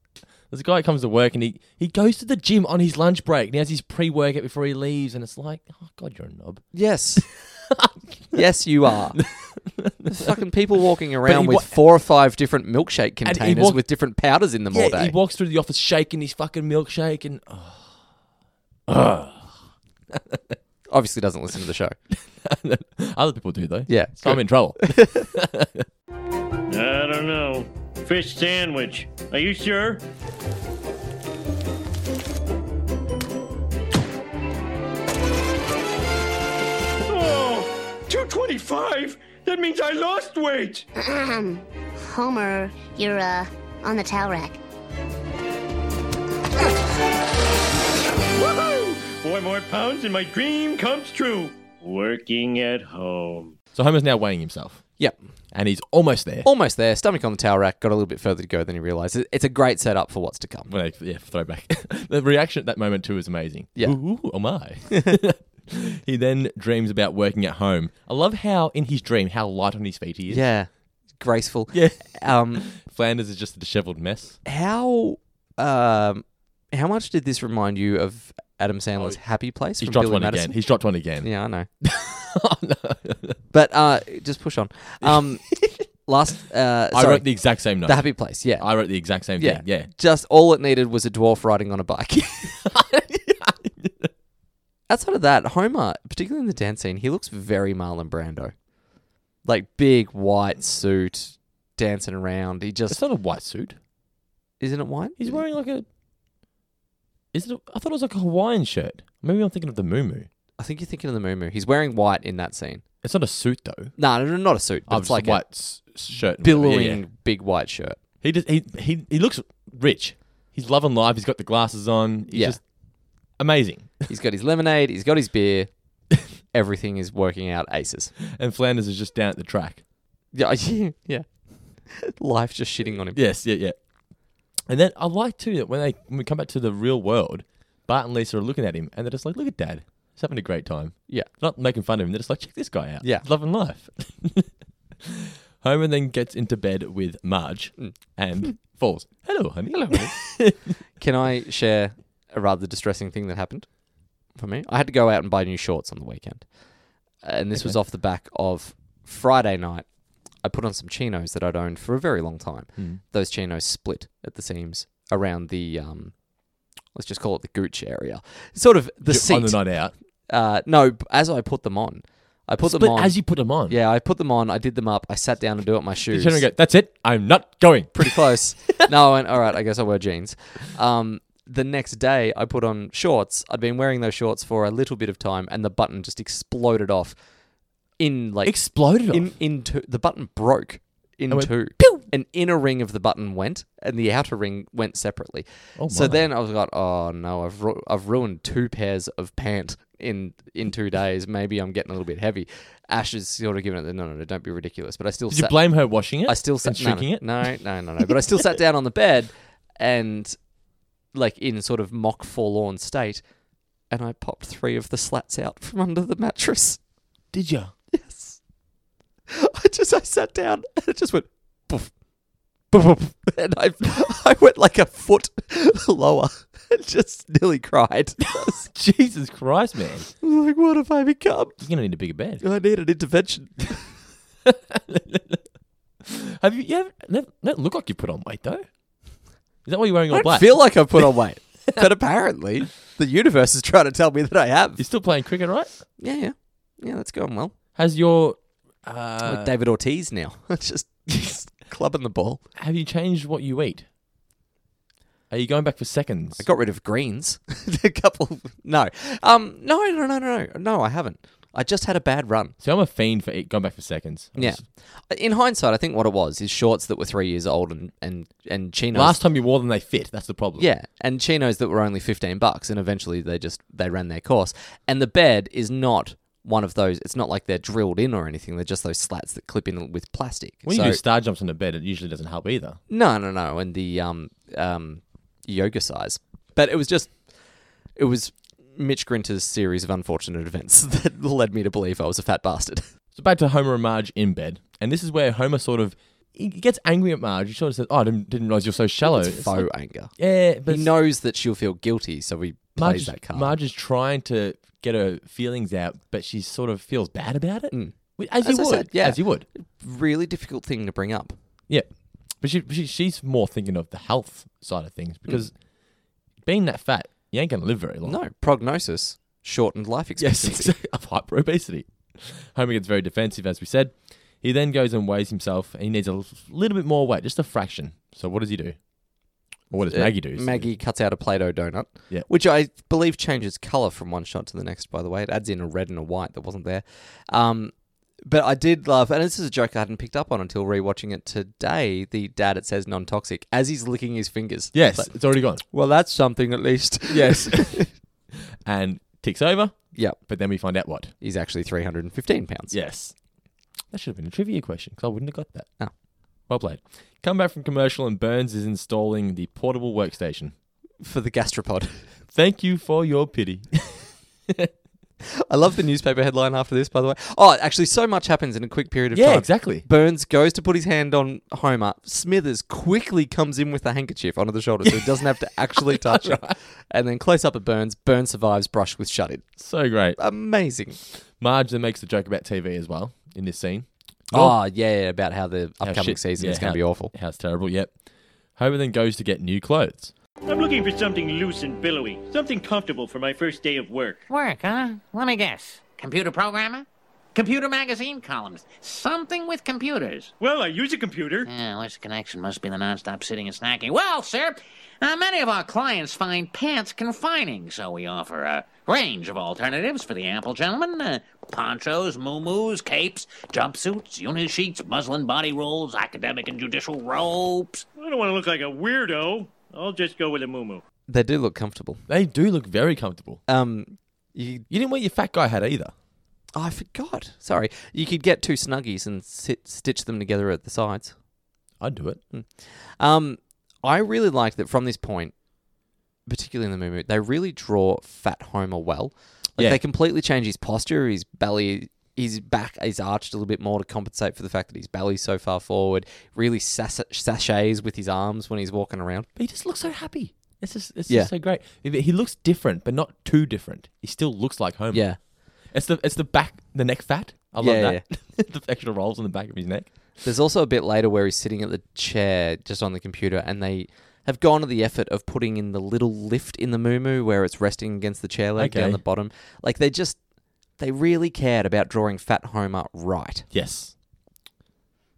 Speaker 1: There's a guy that comes to work and he, he goes to the gym on his lunch break and he has his pre workout before he leaves and it's like, oh god, you're a knob.
Speaker 2: Yes. yes, you are. There's fucking people walking around
Speaker 1: wa-
Speaker 2: with four or five different milkshake
Speaker 1: he
Speaker 2: containers
Speaker 1: walk-
Speaker 2: with different powders in them all
Speaker 1: Yeah,
Speaker 2: day.
Speaker 1: he walks through the office shaking his fucking milkshake and oh,
Speaker 2: Obviously doesn't listen to the show.
Speaker 1: other people do though.
Speaker 2: Yeah,
Speaker 1: so I'm
Speaker 2: good.
Speaker 1: in trouble.
Speaker 3: I don't know. Fish sandwich. Are you sure? Oh, 225? That means I lost weight.
Speaker 4: Ahem. Homer, you're uh, on the towel rack.
Speaker 3: Woohoo! Four more pounds and my dream comes true. Working at home.
Speaker 1: so Homer's now weighing himself.
Speaker 2: Yep.
Speaker 1: And he's almost there.
Speaker 2: Almost there. Stomach on the towel rack. Got a little bit further to go than he realised. It- It's a great setup for what's to come.
Speaker 1: When they, yeah, throwback. the reaction at that moment too is amazing.
Speaker 2: Yeah.
Speaker 1: Ooh, oh my. he then dreams about working at home. I love how in his dream how light on his feet he is.
Speaker 2: Yeah. Graceful.
Speaker 1: Yeah.
Speaker 2: Um,
Speaker 1: Flanders is just a dishevelled mess.
Speaker 2: how um, how much did this remind you of Adam Sandler's Happy Place
Speaker 1: He's
Speaker 2: from
Speaker 1: Oh, dropped
Speaker 2: Billy
Speaker 1: one
Speaker 2: Madison?
Speaker 1: again. He's dropped one again. Oh,
Speaker 2: Yeah, I know. But uh, just push on. Um, last, uh,
Speaker 1: I
Speaker 2: sorry,
Speaker 1: wrote the exact same note.
Speaker 2: the happy place. Yeah,
Speaker 1: I wrote the exact same
Speaker 2: yeah,
Speaker 1: thing. Yeah.
Speaker 2: Just all it needed was a dwarf riding on a bike. Outside of that, Homer, particularly in the dance scene, he looks very Marlon Brando, like big white suit, dancing around. He
Speaker 1: It's
Speaker 2: just
Speaker 1: not a white suit.
Speaker 2: isn't it white?
Speaker 1: He's wearing like a. Is it? A, I thought it was like a Hawaiian shirt. Maybe I'm thinking of the Moo.
Speaker 2: I think you're thinking of the Moo Moo. He's wearing white in that scene.
Speaker 1: It's not a suit though.
Speaker 2: No, no, no, not a suit. But
Speaker 1: Oh,
Speaker 2: it's
Speaker 1: just
Speaker 2: like
Speaker 1: a white
Speaker 2: a
Speaker 1: s- shirt. and whatever.
Speaker 2: billowing
Speaker 1: Yeah, yeah.
Speaker 2: big white shirt.
Speaker 1: He just he, he he looks rich. He's loving life. He's got the glasses on. He's
Speaker 2: Yeah.
Speaker 1: just amazing.
Speaker 2: He's got his lemonade. He's got his beer. Everything is working out aces.
Speaker 1: And Flanders is just down at the track.
Speaker 2: Yeah, yeah. Life just shitting on him.
Speaker 1: Yes, yeah, yeah. And then I like too that when they when we come back to the real world, Bart and Lisa are looking at him and they're just like, "Look at Dad, he's having a great time."
Speaker 2: Yeah.
Speaker 1: not making fun of him. They're just like, check this guy out.
Speaker 2: Yeah.
Speaker 1: He's loving life. Homer then gets into bed with Marge
Speaker 2: Hmm.
Speaker 1: and falls. Hello, honey. Hello, honey.
Speaker 2: Can I share a rather distressing thing that happened for me? I had to go out and buy new shorts on the weekend. And this was off the back of Friday night. I put on some chinos that I'd owned for a very long time. Those chinos split at the seams around the, um, let's just call it the gooch area. Sort of the seat.
Speaker 1: on the night out.
Speaker 2: uh, no, b- as I put them on, I put
Speaker 1: But
Speaker 2: them on.
Speaker 1: as you put them on,
Speaker 2: yeah, I put them on. I did them up. I sat down and do it my
Speaker 1: you
Speaker 2: shoes.
Speaker 1: turn and go, "That's it. I'm not going."
Speaker 2: pretty close. no, I went, all right, I guess I wear jeans. Um, the next day, I put on shorts. I'd been wearing those shorts for a little bit of time, and the button just exploded off. In like
Speaker 1: Exploded off.
Speaker 2: in into the button broke in
Speaker 1: went,
Speaker 2: two. An inner ring of the button went, and the outer ring went separately.
Speaker 1: Oh,
Speaker 2: so
Speaker 1: my.
Speaker 2: then I was like, oh no, I've ru- I've ruined two pairs of pant in in two days. Maybe I'm getting a little bit heavy. Ash is sort of giving it the no, no, no, don't be ridiculous. But I still
Speaker 1: Did you
Speaker 2: sat-
Speaker 1: blame her washing it?
Speaker 2: I still
Speaker 1: and
Speaker 2: sat no,
Speaker 1: shrinking it.
Speaker 2: no, No, no, no, no. But I still sat down on the bed and like in sort of mock forlorn state, and I popped three of the slats out from under the mattress.
Speaker 1: Did you?
Speaker 2: Yes. I just I sat down and it just went poof. Poof, poof. And I, I went like a foot lower and just nearly cried. I was
Speaker 1: Jesus Christ, man.
Speaker 2: like, what have I become?
Speaker 1: You're going to need a bigger bed.
Speaker 2: I need an intervention.
Speaker 1: Have you, you have, that, that look like you put on weight, though? Is that why you're wearing all
Speaker 2: I don't
Speaker 1: black?
Speaker 2: feel like I've put on weight. but apparently, the universe is trying to tell me that I have.
Speaker 1: You're still playing cricket, right?
Speaker 2: Yeah, yeah. Yeah, that's going well.
Speaker 1: Has your.
Speaker 2: Like
Speaker 1: Uh,
Speaker 2: David Ortiz now. just, just clubbing the ball.
Speaker 1: have you changed what you eat? Are you going back for seconds?
Speaker 2: I got rid of greens. a couple. No. Um. No. No. No. No. No. No. I haven't. I just had a bad run.
Speaker 1: See, I'm a fiend for eat, going back for seconds. I
Speaker 2: Yeah.
Speaker 1: was-
Speaker 2: In hindsight, I think what it was is shorts that were three years old and and and chinos.
Speaker 1: Last time you wore them, they fit. That's the problem.
Speaker 2: yeah, and chinos that were only fifteen bucks, and eventually they just they ran their course. And the bed is not one of those. It's not like they're drilled in or anything. They're just those slats that clip in with plastic.
Speaker 1: When you
Speaker 2: So-
Speaker 1: do star jumps on the bed, it usually doesn't help either.
Speaker 2: No, no, no. And the um, um, yoga size. But it was just, it was Mitch Grinter's series of unfortunate events that led me to believe I was a fat bastard.
Speaker 1: So back to Homer and Marge in bed, and this is where Homer sort of he gets angry at Marge. He sort of says, "Oh, I didn't, didn't realize you're so shallow."
Speaker 2: It's
Speaker 1: It's
Speaker 2: faux
Speaker 1: like,
Speaker 2: anger.
Speaker 1: yeah, but
Speaker 2: He knows that she'll feel guilty, so he
Speaker 1: Marge
Speaker 2: plays
Speaker 1: is,
Speaker 2: that card.
Speaker 1: Marge is trying to get her feelings out, but she sort of feels bad about it, Wh- as,
Speaker 2: Mm. As
Speaker 1: you
Speaker 2: I
Speaker 1: would,
Speaker 2: said, yeah.
Speaker 1: as you would,
Speaker 2: really difficult thing to bring up.
Speaker 1: yeah. But she, she she's more thinking of the health side of things because being that fat, you ain't gonna live very long.
Speaker 2: Mm. No prognosis, shortened life
Speaker 1: Yes,
Speaker 2: expectancy.
Speaker 1: exactly. Of hyperobesity. Homer gets very defensive, as we said. He then goes and weighs himself, and he needs a l- little bit more weight, just a fraction. So what does he do? Or what does Maggie do?
Speaker 2: Uh, Maggie cuts out a Play-Doh donut,
Speaker 1: Yeah.
Speaker 2: which I believe changes color from one shot to the next. By the way, it adds in a red and a white that wasn't there. Um, but I did love, and this is a joke I hadn't picked up on until rewatching it today. The dad it says non-toxic as he's licking his fingers.
Speaker 1: Yes,
Speaker 2: It's like,
Speaker 1: it's already gone.
Speaker 2: well, that's something at least.
Speaker 1: Yes. and ticks over,
Speaker 2: yep.
Speaker 1: but then we find out what.
Speaker 2: He's actually 315 pounds.
Speaker 1: Yes. That should have been a trivia question because I wouldn't have got that.
Speaker 2: Oh.
Speaker 1: Well played. Come back from commercial, and Burns is installing the portable workstation.
Speaker 2: For the gastropod.
Speaker 1: Thank you for your pity.
Speaker 2: I love the newspaper headline after this, by the way. Oh, actually, so much happens in a quick period of
Speaker 1: Yeah,
Speaker 2: time.
Speaker 1: exactly.
Speaker 2: Burns goes to put his hand on Homer. Smithers quickly comes in with a handkerchief onto the shoulder so he doesn't have to actually touch it. And then close up at Burns. Burns survives, brush with shut in.
Speaker 1: so great.
Speaker 2: Amazing.
Speaker 1: Marge then makes the joke about TV as well in this scene.
Speaker 2: Oh, yeah, yeah, about how the
Speaker 1: How
Speaker 2: upcoming
Speaker 1: shit-
Speaker 2: season
Speaker 1: yeah,
Speaker 2: is going
Speaker 1: how-
Speaker 2: to be awful.
Speaker 1: How it's terrible. Yep. Homer then goes to get new clothes.
Speaker 3: I'm looking for something loose and billowy, something comfortable for my first day of work.
Speaker 7: Work, huh? Let me guess. Computer programmer? Computer magazine columns. Something with computers.
Speaker 3: Well, I use a computer.
Speaker 7: Yeah, where's the connection? Must be the nonstop sitting and snacking. Well, sir, uh, many of our clients find pants confining, so we offer a range of alternatives for the ample gentleman. Uh, ponchos, moo capes, jumpsuits, unisheets, muslin body rolls, academic and judicial robes.
Speaker 3: I don't want to look like a weirdo. I'll just go with a moo
Speaker 2: They do look comfortable.
Speaker 1: They do look very comfortable.
Speaker 2: Um, you,
Speaker 1: You didn't wear your fat guy hat either.
Speaker 2: I forgot. Sorry. You could get two snuggies and sit, stitch them together at the sides.
Speaker 1: I'd do it.
Speaker 2: Hmm. Um, I really like that from this point, particularly in the movie, they really draw Fat Homer well. Like
Speaker 1: Yeah.
Speaker 2: they completely change his posture, his belly, his back is arched a little bit more to compensate for the fact that his belly's so far forward. Really sas- sachets with his arms when he's walking around.
Speaker 1: But he just looks so happy. It's just, it's
Speaker 2: Yeah.
Speaker 1: just so great. He he looks different, but not too different. He still looks like Homer.
Speaker 2: Yeah,
Speaker 1: It's the it's the back, the neck fat. I love
Speaker 2: Yeah,
Speaker 1: that. the extra rolls on the back of his neck.
Speaker 2: There's also a bit later where he's sitting at the chair just on the computer and they have gone to the effort of putting in the little lift in the moo where it's resting against the chair leg down
Speaker 1: Okay.
Speaker 2: the bottom. Like they just they really cared about drawing Fat Homer right.
Speaker 1: Yes.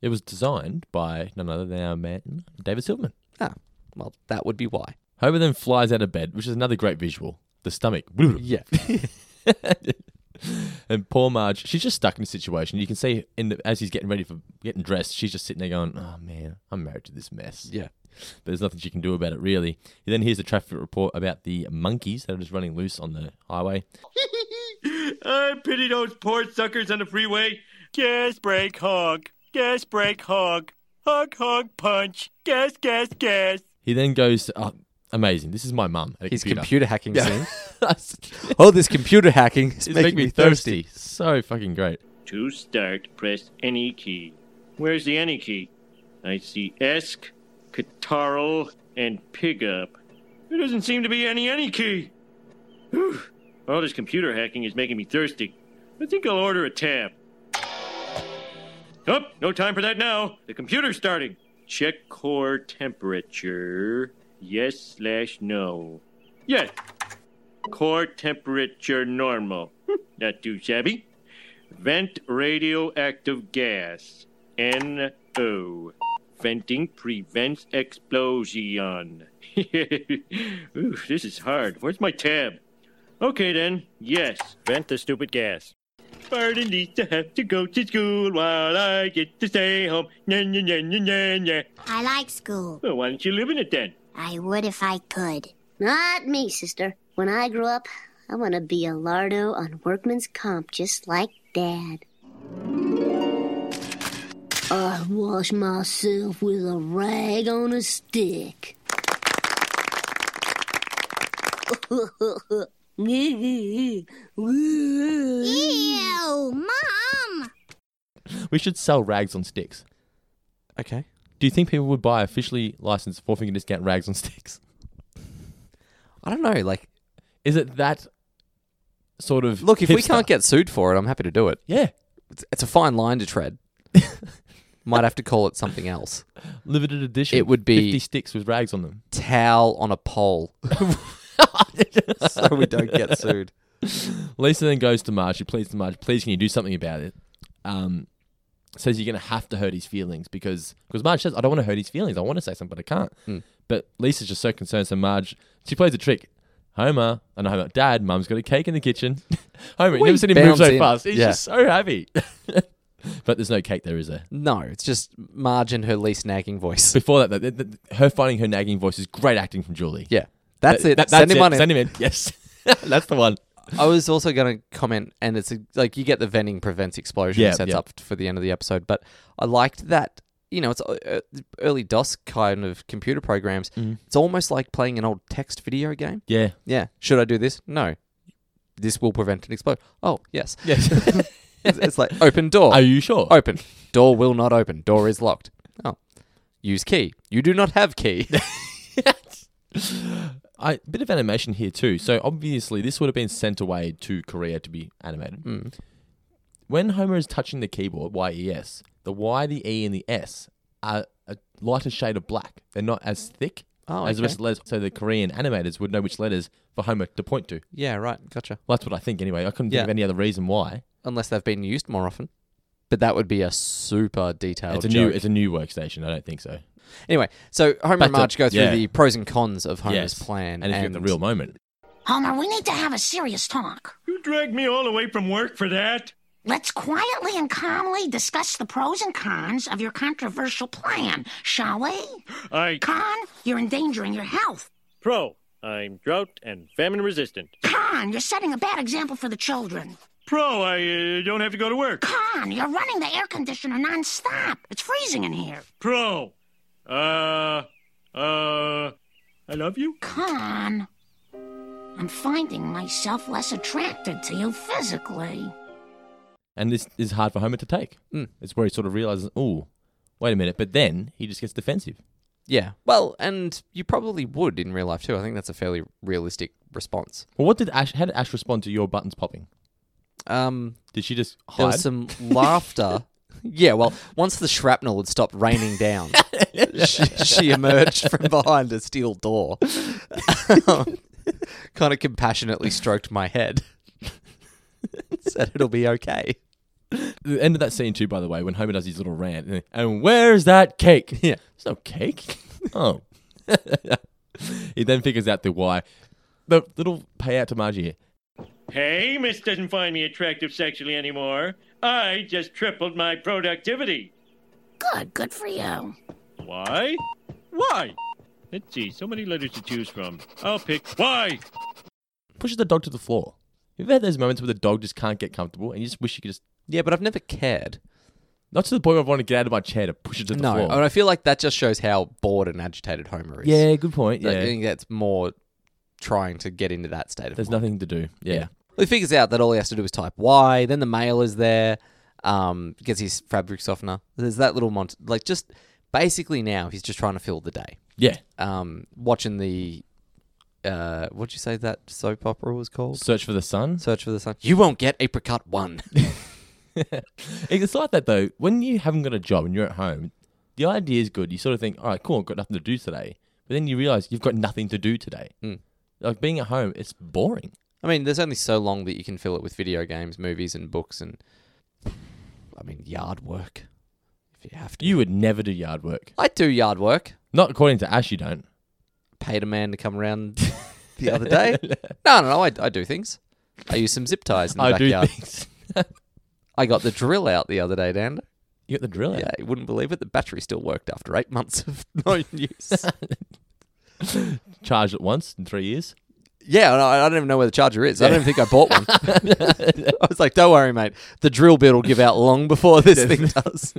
Speaker 1: It was designed by none other than our man David Silverman.
Speaker 2: Ah, well, that would be why.
Speaker 1: Homer then flies out of bed, which is another great visual. The stomach.
Speaker 2: Yeah.
Speaker 1: And poor Marge, she's just stuck in a situation. You can see in the, as he's getting ready for getting dressed, she's just sitting there going, "Oh man, I'm married to this mess."
Speaker 2: yeah.
Speaker 1: But there's nothing she can do about it really. He then hears the traffic report about the monkeys that are just running loose on the highway.
Speaker 3: I pity those poor suckers on the freeway. Gas brake hog. Gas brake hog. Hog hog punch. Gas gas gas.
Speaker 1: He then goes, to, oh, amazing. This is my mum. at a
Speaker 2: His computer,
Speaker 1: computer.
Speaker 2: hacking
Speaker 1: Yeah.
Speaker 2: scene. Oh, this computer hacking is
Speaker 1: It's
Speaker 2: making me thirsty.
Speaker 1: So fucking great.
Speaker 3: To start, press any key. Where's the any key? I see Esk, Katarl, and Pigup. There doesn't seem to be any any key. Whew. All this computer hacking is making me thirsty. I think I'll order a tab. Oh, no time for that now. The computer's starting. Check core temperature. Yes slash no. Yes. Core temperature normal. Hmm, Not too shabby. Vent radioactive gas. NO. Venting prevents explosion. Ooh, this is hard. Where's my tab? Okay then. Yes. Vent the stupid gas. Burden needs to have to go to school while I get to stay home. Nya, nya, nya, nya, nya, nya.
Speaker 4: I like school.
Speaker 3: Well, why don't you live in it then?
Speaker 4: I would if I could. Not me, sister. When I grow up, I want to be a lardo on workman's comp just like Dad. I wash myself with a rag on a stick. Ew, Mom!
Speaker 1: We should sell rags on sticks.
Speaker 2: Okay.
Speaker 1: Do you think people would buy officially licensed four finger discount rags on sticks?
Speaker 2: I don't know. Like,
Speaker 1: Is it that sort of
Speaker 2: look, if we
Speaker 1: hipster?
Speaker 2: can't get sued for it, I'm happy to do it.
Speaker 1: yeah
Speaker 2: It's, it's a fine line to tread. Might have to call it something else.
Speaker 1: limited edition,
Speaker 2: It would be-
Speaker 1: fifty sticks with rags on them.
Speaker 2: Towel on a pole. so we don't get sued.
Speaker 1: Lisa then goes to Marge. She pleads to Marge, please, can you do something about it? Um, says you're going to have to hurt his feelings because because Marge says, I don't want to hurt his feelings. I want to say something, but I can't.
Speaker 2: Hmm.
Speaker 1: But Lisa's just so concerned. So Marge, she plays a trick. Homer, and Homer, Dad, Mum's got a cake in the kitchen. Homer, you
Speaker 2: We
Speaker 1: never seen him move
Speaker 2: bounce
Speaker 1: so
Speaker 2: in.
Speaker 1: fast. He's
Speaker 2: Yeah.
Speaker 1: just so happy. but there's no cake there, is there?
Speaker 2: No, it's just Marge and her least nagging voice.
Speaker 1: Before that, though, th- th- her finding her nagging voice is great acting from Julie.
Speaker 2: Yeah. That's
Speaker 1: That-
Speaker 2: it.
Speaker 1: that-
Speaker 2: Send
Speaker 1: that's
Speaker 2: him
Speaker 1: it.
Speaker 2: on in.
Speaker 1: Send him in. Yes. that's the one.
Speaker 2: I was also going to comment, and it's a, like you get the vending prevents explosion
Speaker 1: Yeah,
Speaker 2: sets
Speaker 1: yeah.
Speaker 2: up for the end of the episode. But I liked that you know it's uh, early DOS kind of computer programs. It's almost like playing an old text video game.
Speaker 1: Yeah.
Speaker 2: Yeah, should I do this? No, this will prevent an explosion. Oh yes, Oh,
Speaker 1: Yes.
Speaker 2: it's, it's like open door,
Speaker 1: Are you sure?
Speaker 2: open door will not open. Door is locked. Oh, use key. You do not have key.
Speaker 1: I bit of animation here too. So obviously this would have been sent away to Korea to be animated.
Speaker 2: Hmm.
Speaker 1: When Homer is touching the keyboard, Y E S, the Y, the E, and the S are a lighter shade of black. They're not as thick
Speaker 2: Oh,
Speaker 1: as the
Speaker 2: okay.
Speaker 1: rest of the letters. So the Korean animators would know which letters for Homer to point to.
Speaker 2: yeah, right. Gotcha.
Speaker 1: Well, that's what I think anyway. I couldn't
Speaker 2: Yeah.
Speaker 1: think of any other reason why.
Speaker 2: Unless they've been used more often. But that would be a super detailed.
Speaker 1: it's a new
Speaker 2: joke.
Speaker 1: it's a new workstation. I don't think so.
Speaker 2: Anyway, so Homer
Speaker 1: Back
Speaker 2: and
Speaker 1: to-
Speaker 2: Marge go through
Speaker 1: yeah.
Speaker 2: the pros and cons of Homer's
Speaker 1: yes.
Speaker 2: plan,
Speaker 1: And if you get the real moment.
Speaker 5: Homer, we need to have a serious talk.
Speaker 3: You dragged me all the way from work for that?
Speaker 5: Let's quietly and calmly discuss the pros and cons of your controversial plan, shall we?
Speaker 3: I
Speaker 5: Con, you're endangering your health.
Speaker 3: pro. I'm drought and famine resistant.
Speaker 5: Con, you're setting a bad example for the children.
Speaker 3: Pro, I uh, don't have to go to work.
Speaker 5: Con, you're running the air conditioner nonstop. It's freezing in here.
Speaker 3: Pro. Uh, uh, I love you.
Speaker 5: Con, I'm finding myself less attracted to you physically.
Speaker 1: And this is hard for Homer to take.
Speaker 2: Hmm.
Speaker 1: It's where he sort of realizes, oh, wait a minute. But then he just gets defensive.
Speaker 2: yeah, well, and you probably would in real life too. I think that's a fairly realistic response.
Speaker 1: Well, what did Ash? How did Ash respond to your buttons popping?
Speaker 2: Um,
Speaker 1: Did she just
Speaker 2: there
Speaker 1: hide?
Speaker 2: was some laughter. Yeah, well, once the shrapnel had stopped raining down, she, she emerged from behind a steel door, kind of compassionately stroked my head, said it'll be okay.
Speaker 1: the end of that scene too, by the way, when Homer does his little rant, and- and where's that cake?
Speaker 2: Yeah.
Speaker 1: there's no cake. oh, he then figures out the why. The little payout to Margie here.
Speaker 3: Hey, Miss doesn't find me attractive sexually anymore. I just tripled my productivity.
Speaker 5: Good, good for you.
Speaker 3: Why? Why? Let's see, so many letters to choose from. I'll pick why.
Speaker 1: pushes the dog to the floor. You've had those moments where the dog just can't get comfortable, and you just wish you could just
Speaker 2: Yeah, but I've never cared.
Speaker 1: Not to the point where I want to get out of my chair to push it to the
Speaker 2: No,
Speaker 1: floor.
Speaker 2: and I feel like that just shows how bored and agitated Homer is.
Speaker 1: Yeah, good point.
Speaker 2: Like, I
Speaker 1: Yeah,
Speaker 2: think that's more trying to get into that state of
Speaker 1: there's
Speaker 2: mind.
Speaker 1: nothing to do. Yeah,
Speaker 2: He figures out that all he has to do is type Y. Then the mail is there. Um, gets his fabric softener. There's that little mont. Like just basically now he's just trying to fill the day.
Speaker 1: yeah.
Speaker 2: Um, watching the uh, what'd you say that soap opera was called?
Speaker 1: Search for the sun.
Speaker 2: Search for the sun. You won't get apricot one.
Speaker 1: It's like that though. When you haven't got a job and you're at home, the idea is good. You sort of think, all right, cool, I've got nothing to do today. But then you realize you've got nothing to do today.
Speaker 2: Hmm.
Speaker 1: Like being at home, it's boring.
Speaker 2: I mean, there's only so long that you can fill it with video games, movies, and books, and I mean yard work if you have to.
Speaker 1: You would never do yard work.
Speaker 2: I do yard work.
Speaker 1: Not according to Ash, you don't.
Speaker 2: paid a man to come around the other day. No, no, no. I, I do things. I use some zip ties in the
Speaker 1: I do
Speaker 2: backyard.
Speaker 1: things.
Speaker 2: I got the drill out the other day, Dan.
Speaker 1: You got the drill eh? out.
Speaker 2: Yeah, you wouldn't believe it. The battery still worked after eight months of no use.
Speaker 1: Charged it once in three years.
Speaker 2: yeah, and I, I don't even know where the charger is. I don't even think I bought one. I was like, don't worry, mate. The drill bit will give out long before this thing does.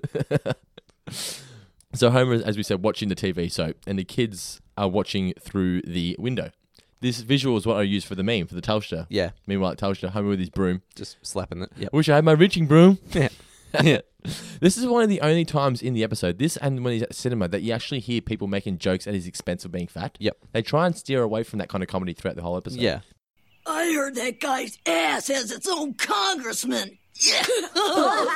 Speaker 1: So Homer, is, as we said, watching the TV soap, and the kids are watching through the window. This visual is what I use for the meme for the Telstra.
Speaker 2: Yeah.
Speaker 1: Meanwhile, at Telstra, Homer with his broom.
Speaker 2: Just slapping it. Yep.
Speaker 1: I wish I had my reaching broom.
Speaker 2: Yeah.
Speaker 1: yeah. This is one of the only times in the episode, this and when he's at cinema, that you actually hear people making jokes at his expense of being fat.
Speaker 2: Yep.
Speaker 1: They try and steer away from that kind of comedy throughout the whole episode.
Speaker 2: Yeah.
Speaker 9: I heard that guy's ass has its own congressman.
Speaker 10: Hey, leave my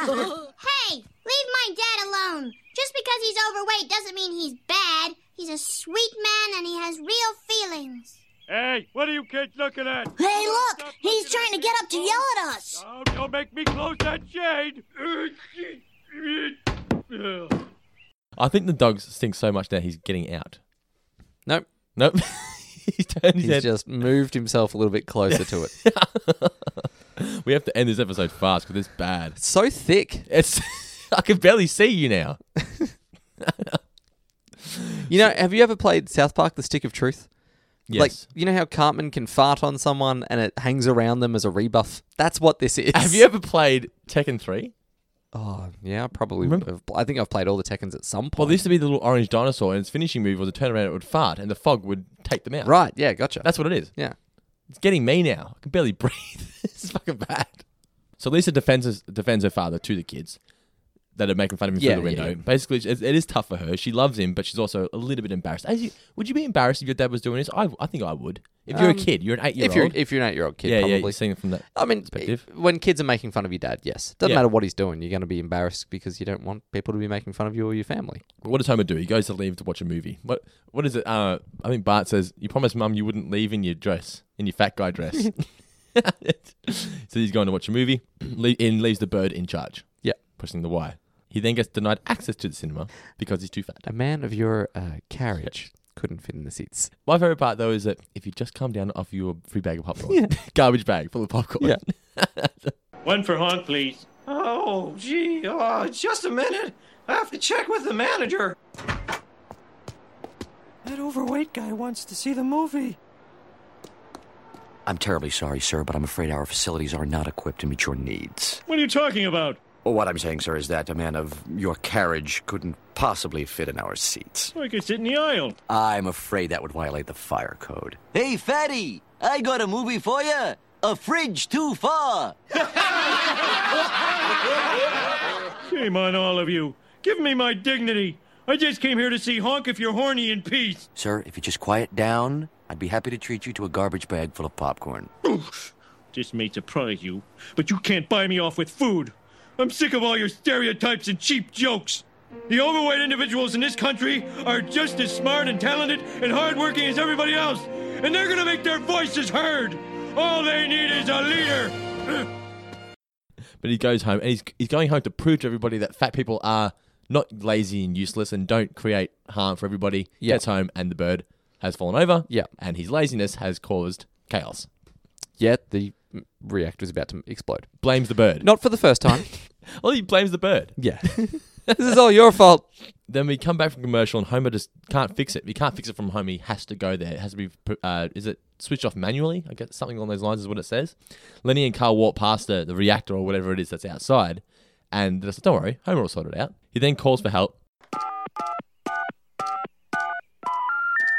Speaker 10: dad alone. Just because he's overweight doesn't mean he's bad. He's a sweet man and he has real feelings.
Speaker 3: Hey, what are you kids looking at?
Speaker 5: Hey, look! He's trying to get up to yell at us!
Speaker 3: Oh, don't make me close that shade.
Speaker 1: I think the dog stinks so much that he's getting out.
Speaker 2: Nope.
Speaker 1: Nope. he's turned his
Speaker 2: He's
Speaker 1: head.
Speaker 2: just moved himself a little bit closer to it.
Speaker 1: We have to end this episode fast because it's bad.
Speaker 2: So thick.
Speaker 1: It's. I can barely see you now.
Speaker 2: You know, have you ever played South Park: The Stick of Truth?
Speaker 1: Yes.
Speaker 2: Like you know how Cartman can fart on someone and it hangs around them as a rebuff. That's what this is.
Speaker 1: Have you ever played Tekken 3?
Speaker 2: Oh yeah, I probably. would have. I think I've played all the Tekkens at some point.
Speaker 1: Well, there used to be the little orange dinosaur, and its finishing move was a turnaround, it would fart, and the fog would take them out.
Speaker 2: right? Yeah, gotcha.
Speaker 1: That's what it is.
Speaker 2: yeah.
Speaker 1: It's getting me now. I can barely breathe. this is fucking bad. So Lisa defends, us- defends her father to the kids that are making fun of him
Speaker 2: Yeah,
Speaker 1: through the
Speaker 2: yeah,
Speaker 1: window.
Speaker 2: yeah.
Speaker 1: Basically, it's, it is tough for her. She loves him, but she's also a little bit embarrassed. As you, would you be embarrassed if your dad was doing this? I, I think I would. If you're a
Speaker 2: Um,
Speaker 1: kid, you're an eight year
Speaker 2: If you're
Speaker 1: old.
Speaker 2: if you're an eight year old kid,
Speaker 1: Yeah, yeah,
Speaker 2: probably.
Speaker 1: you're seeing it from that.
Speaker 2: I mean,
Speaker 1: perspective.
Speaker 2: i- when kids are making fun of your dad, yes, doesn't
Speaker 1: Yeah.
Speaker 2: matter what he's doing, you're going to be embarrassed because you don't want people to be making fun of you or your family.
Speaker 1: What does Homer do? He goes to leave to watch a movie. What What is it? Uh, I think Bart says, "You promised Mum you wouldn't leave in your dress, in your fat guy dress." so he's going to watch a movie, le- and leaves the bird in charge,
Speaker 2: Yeah,
Speaker 1: pushing the wire. He then gets denied access to the cinema because he's too fat.
Speaker 2: a man of your uh, carriage couldn't fit in the seats.
Speaker 1: My favorite part though is that if you just come down and offer you a free bag of popcorn, garbage bag full of popcorn.
Speaker 2: Yeah.
Speaker 3: One for honk, please.
Speaker 9: Oh, gee, uh, just a minute. I have to check with the manager.
Speaker 8: That overweight guy wants to see the movie.
Speaker 9: I'm terribly sorry, sir, but I'm afraid our facilities are not equipped to meet your needs.
Speaker 3: What are you talking about?
Speaker 9: Well, what I'm saying, sir, is that a man of your carriage couldn't possibly fit in our seats.
Speaker 3: I could sit in the aisle.
Speaker 9: I'm afraid that would violate the fire code.
Speaker 11: Hey, fatty, I got a movie for you. A fridge too far.
Speaker 3: Shame on all of you. Give me my dignity. I just came here to see Honk if you're horny in peace.
Speaker 11: Sir, if you just quiet down, I'd be happy to treat you to a garbage bag full of popcorn.
Speaker 3: This may surprise you, but you can't buy me off with food. I'm sick of all your stereotypes and cheap jokes. The overweight individuals in this country are just as smart and talented and hardworking as everybody else, and they're gonna make their voices heard. All they need is a leader.
Speaker 1: But he goes home and he's he's going home to prove to everybody that fat people are not lazy and useless and don't create harm for everybody.
Speaker 2: Yeah.
Speaker 1: Gets home and the bird has fallen over.
Speaker 2: Yeah.
Speaker 1: And his laziness has caused chaos.
Speaker 2: Yet the mm, reactor's about to explode.
Speaker 1: Blames the bird.
Speaker 2: Not for the first time.
Speaker 1: Well, he blames the bird.
Speaker 2: yeah, this is all your fault.
Speaker 1: Then we come back from commercial and Homer just can't fix it. He can't fix it from home. He has to go there. It has to be, uh, is it switched off manually? I guess something along those lines is what it says. Lenny and Carl walk past the, the reactor or whatever it is that's outside And I said, don't worry, Homer will sort it out. He then calls for help.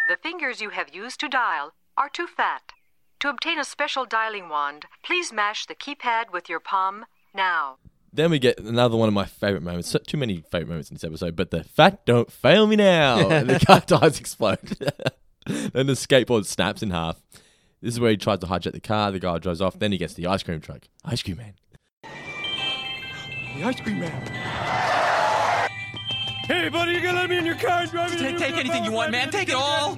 Speaker 12: The fingers you have used to dial are too fat. To obtain a special dialing wand, please mash the keypad with your palm now.
Speaker 1: Then we get another one of my favorite moments. So, too many favorite moments in this episode, but the fat don't fail me now. and the car tires explode. then the skateboard snaps in half. This is where he tries to hijack the car. The guy drives off. Then he gets the ice cream truck. Ice cream man.
Speaker 13: The ice cream man.
Speaker 3: Hey, buddy, you gonna let me in your car and drive me?
Speaker 14: Take, take anything you want, man. Take it all.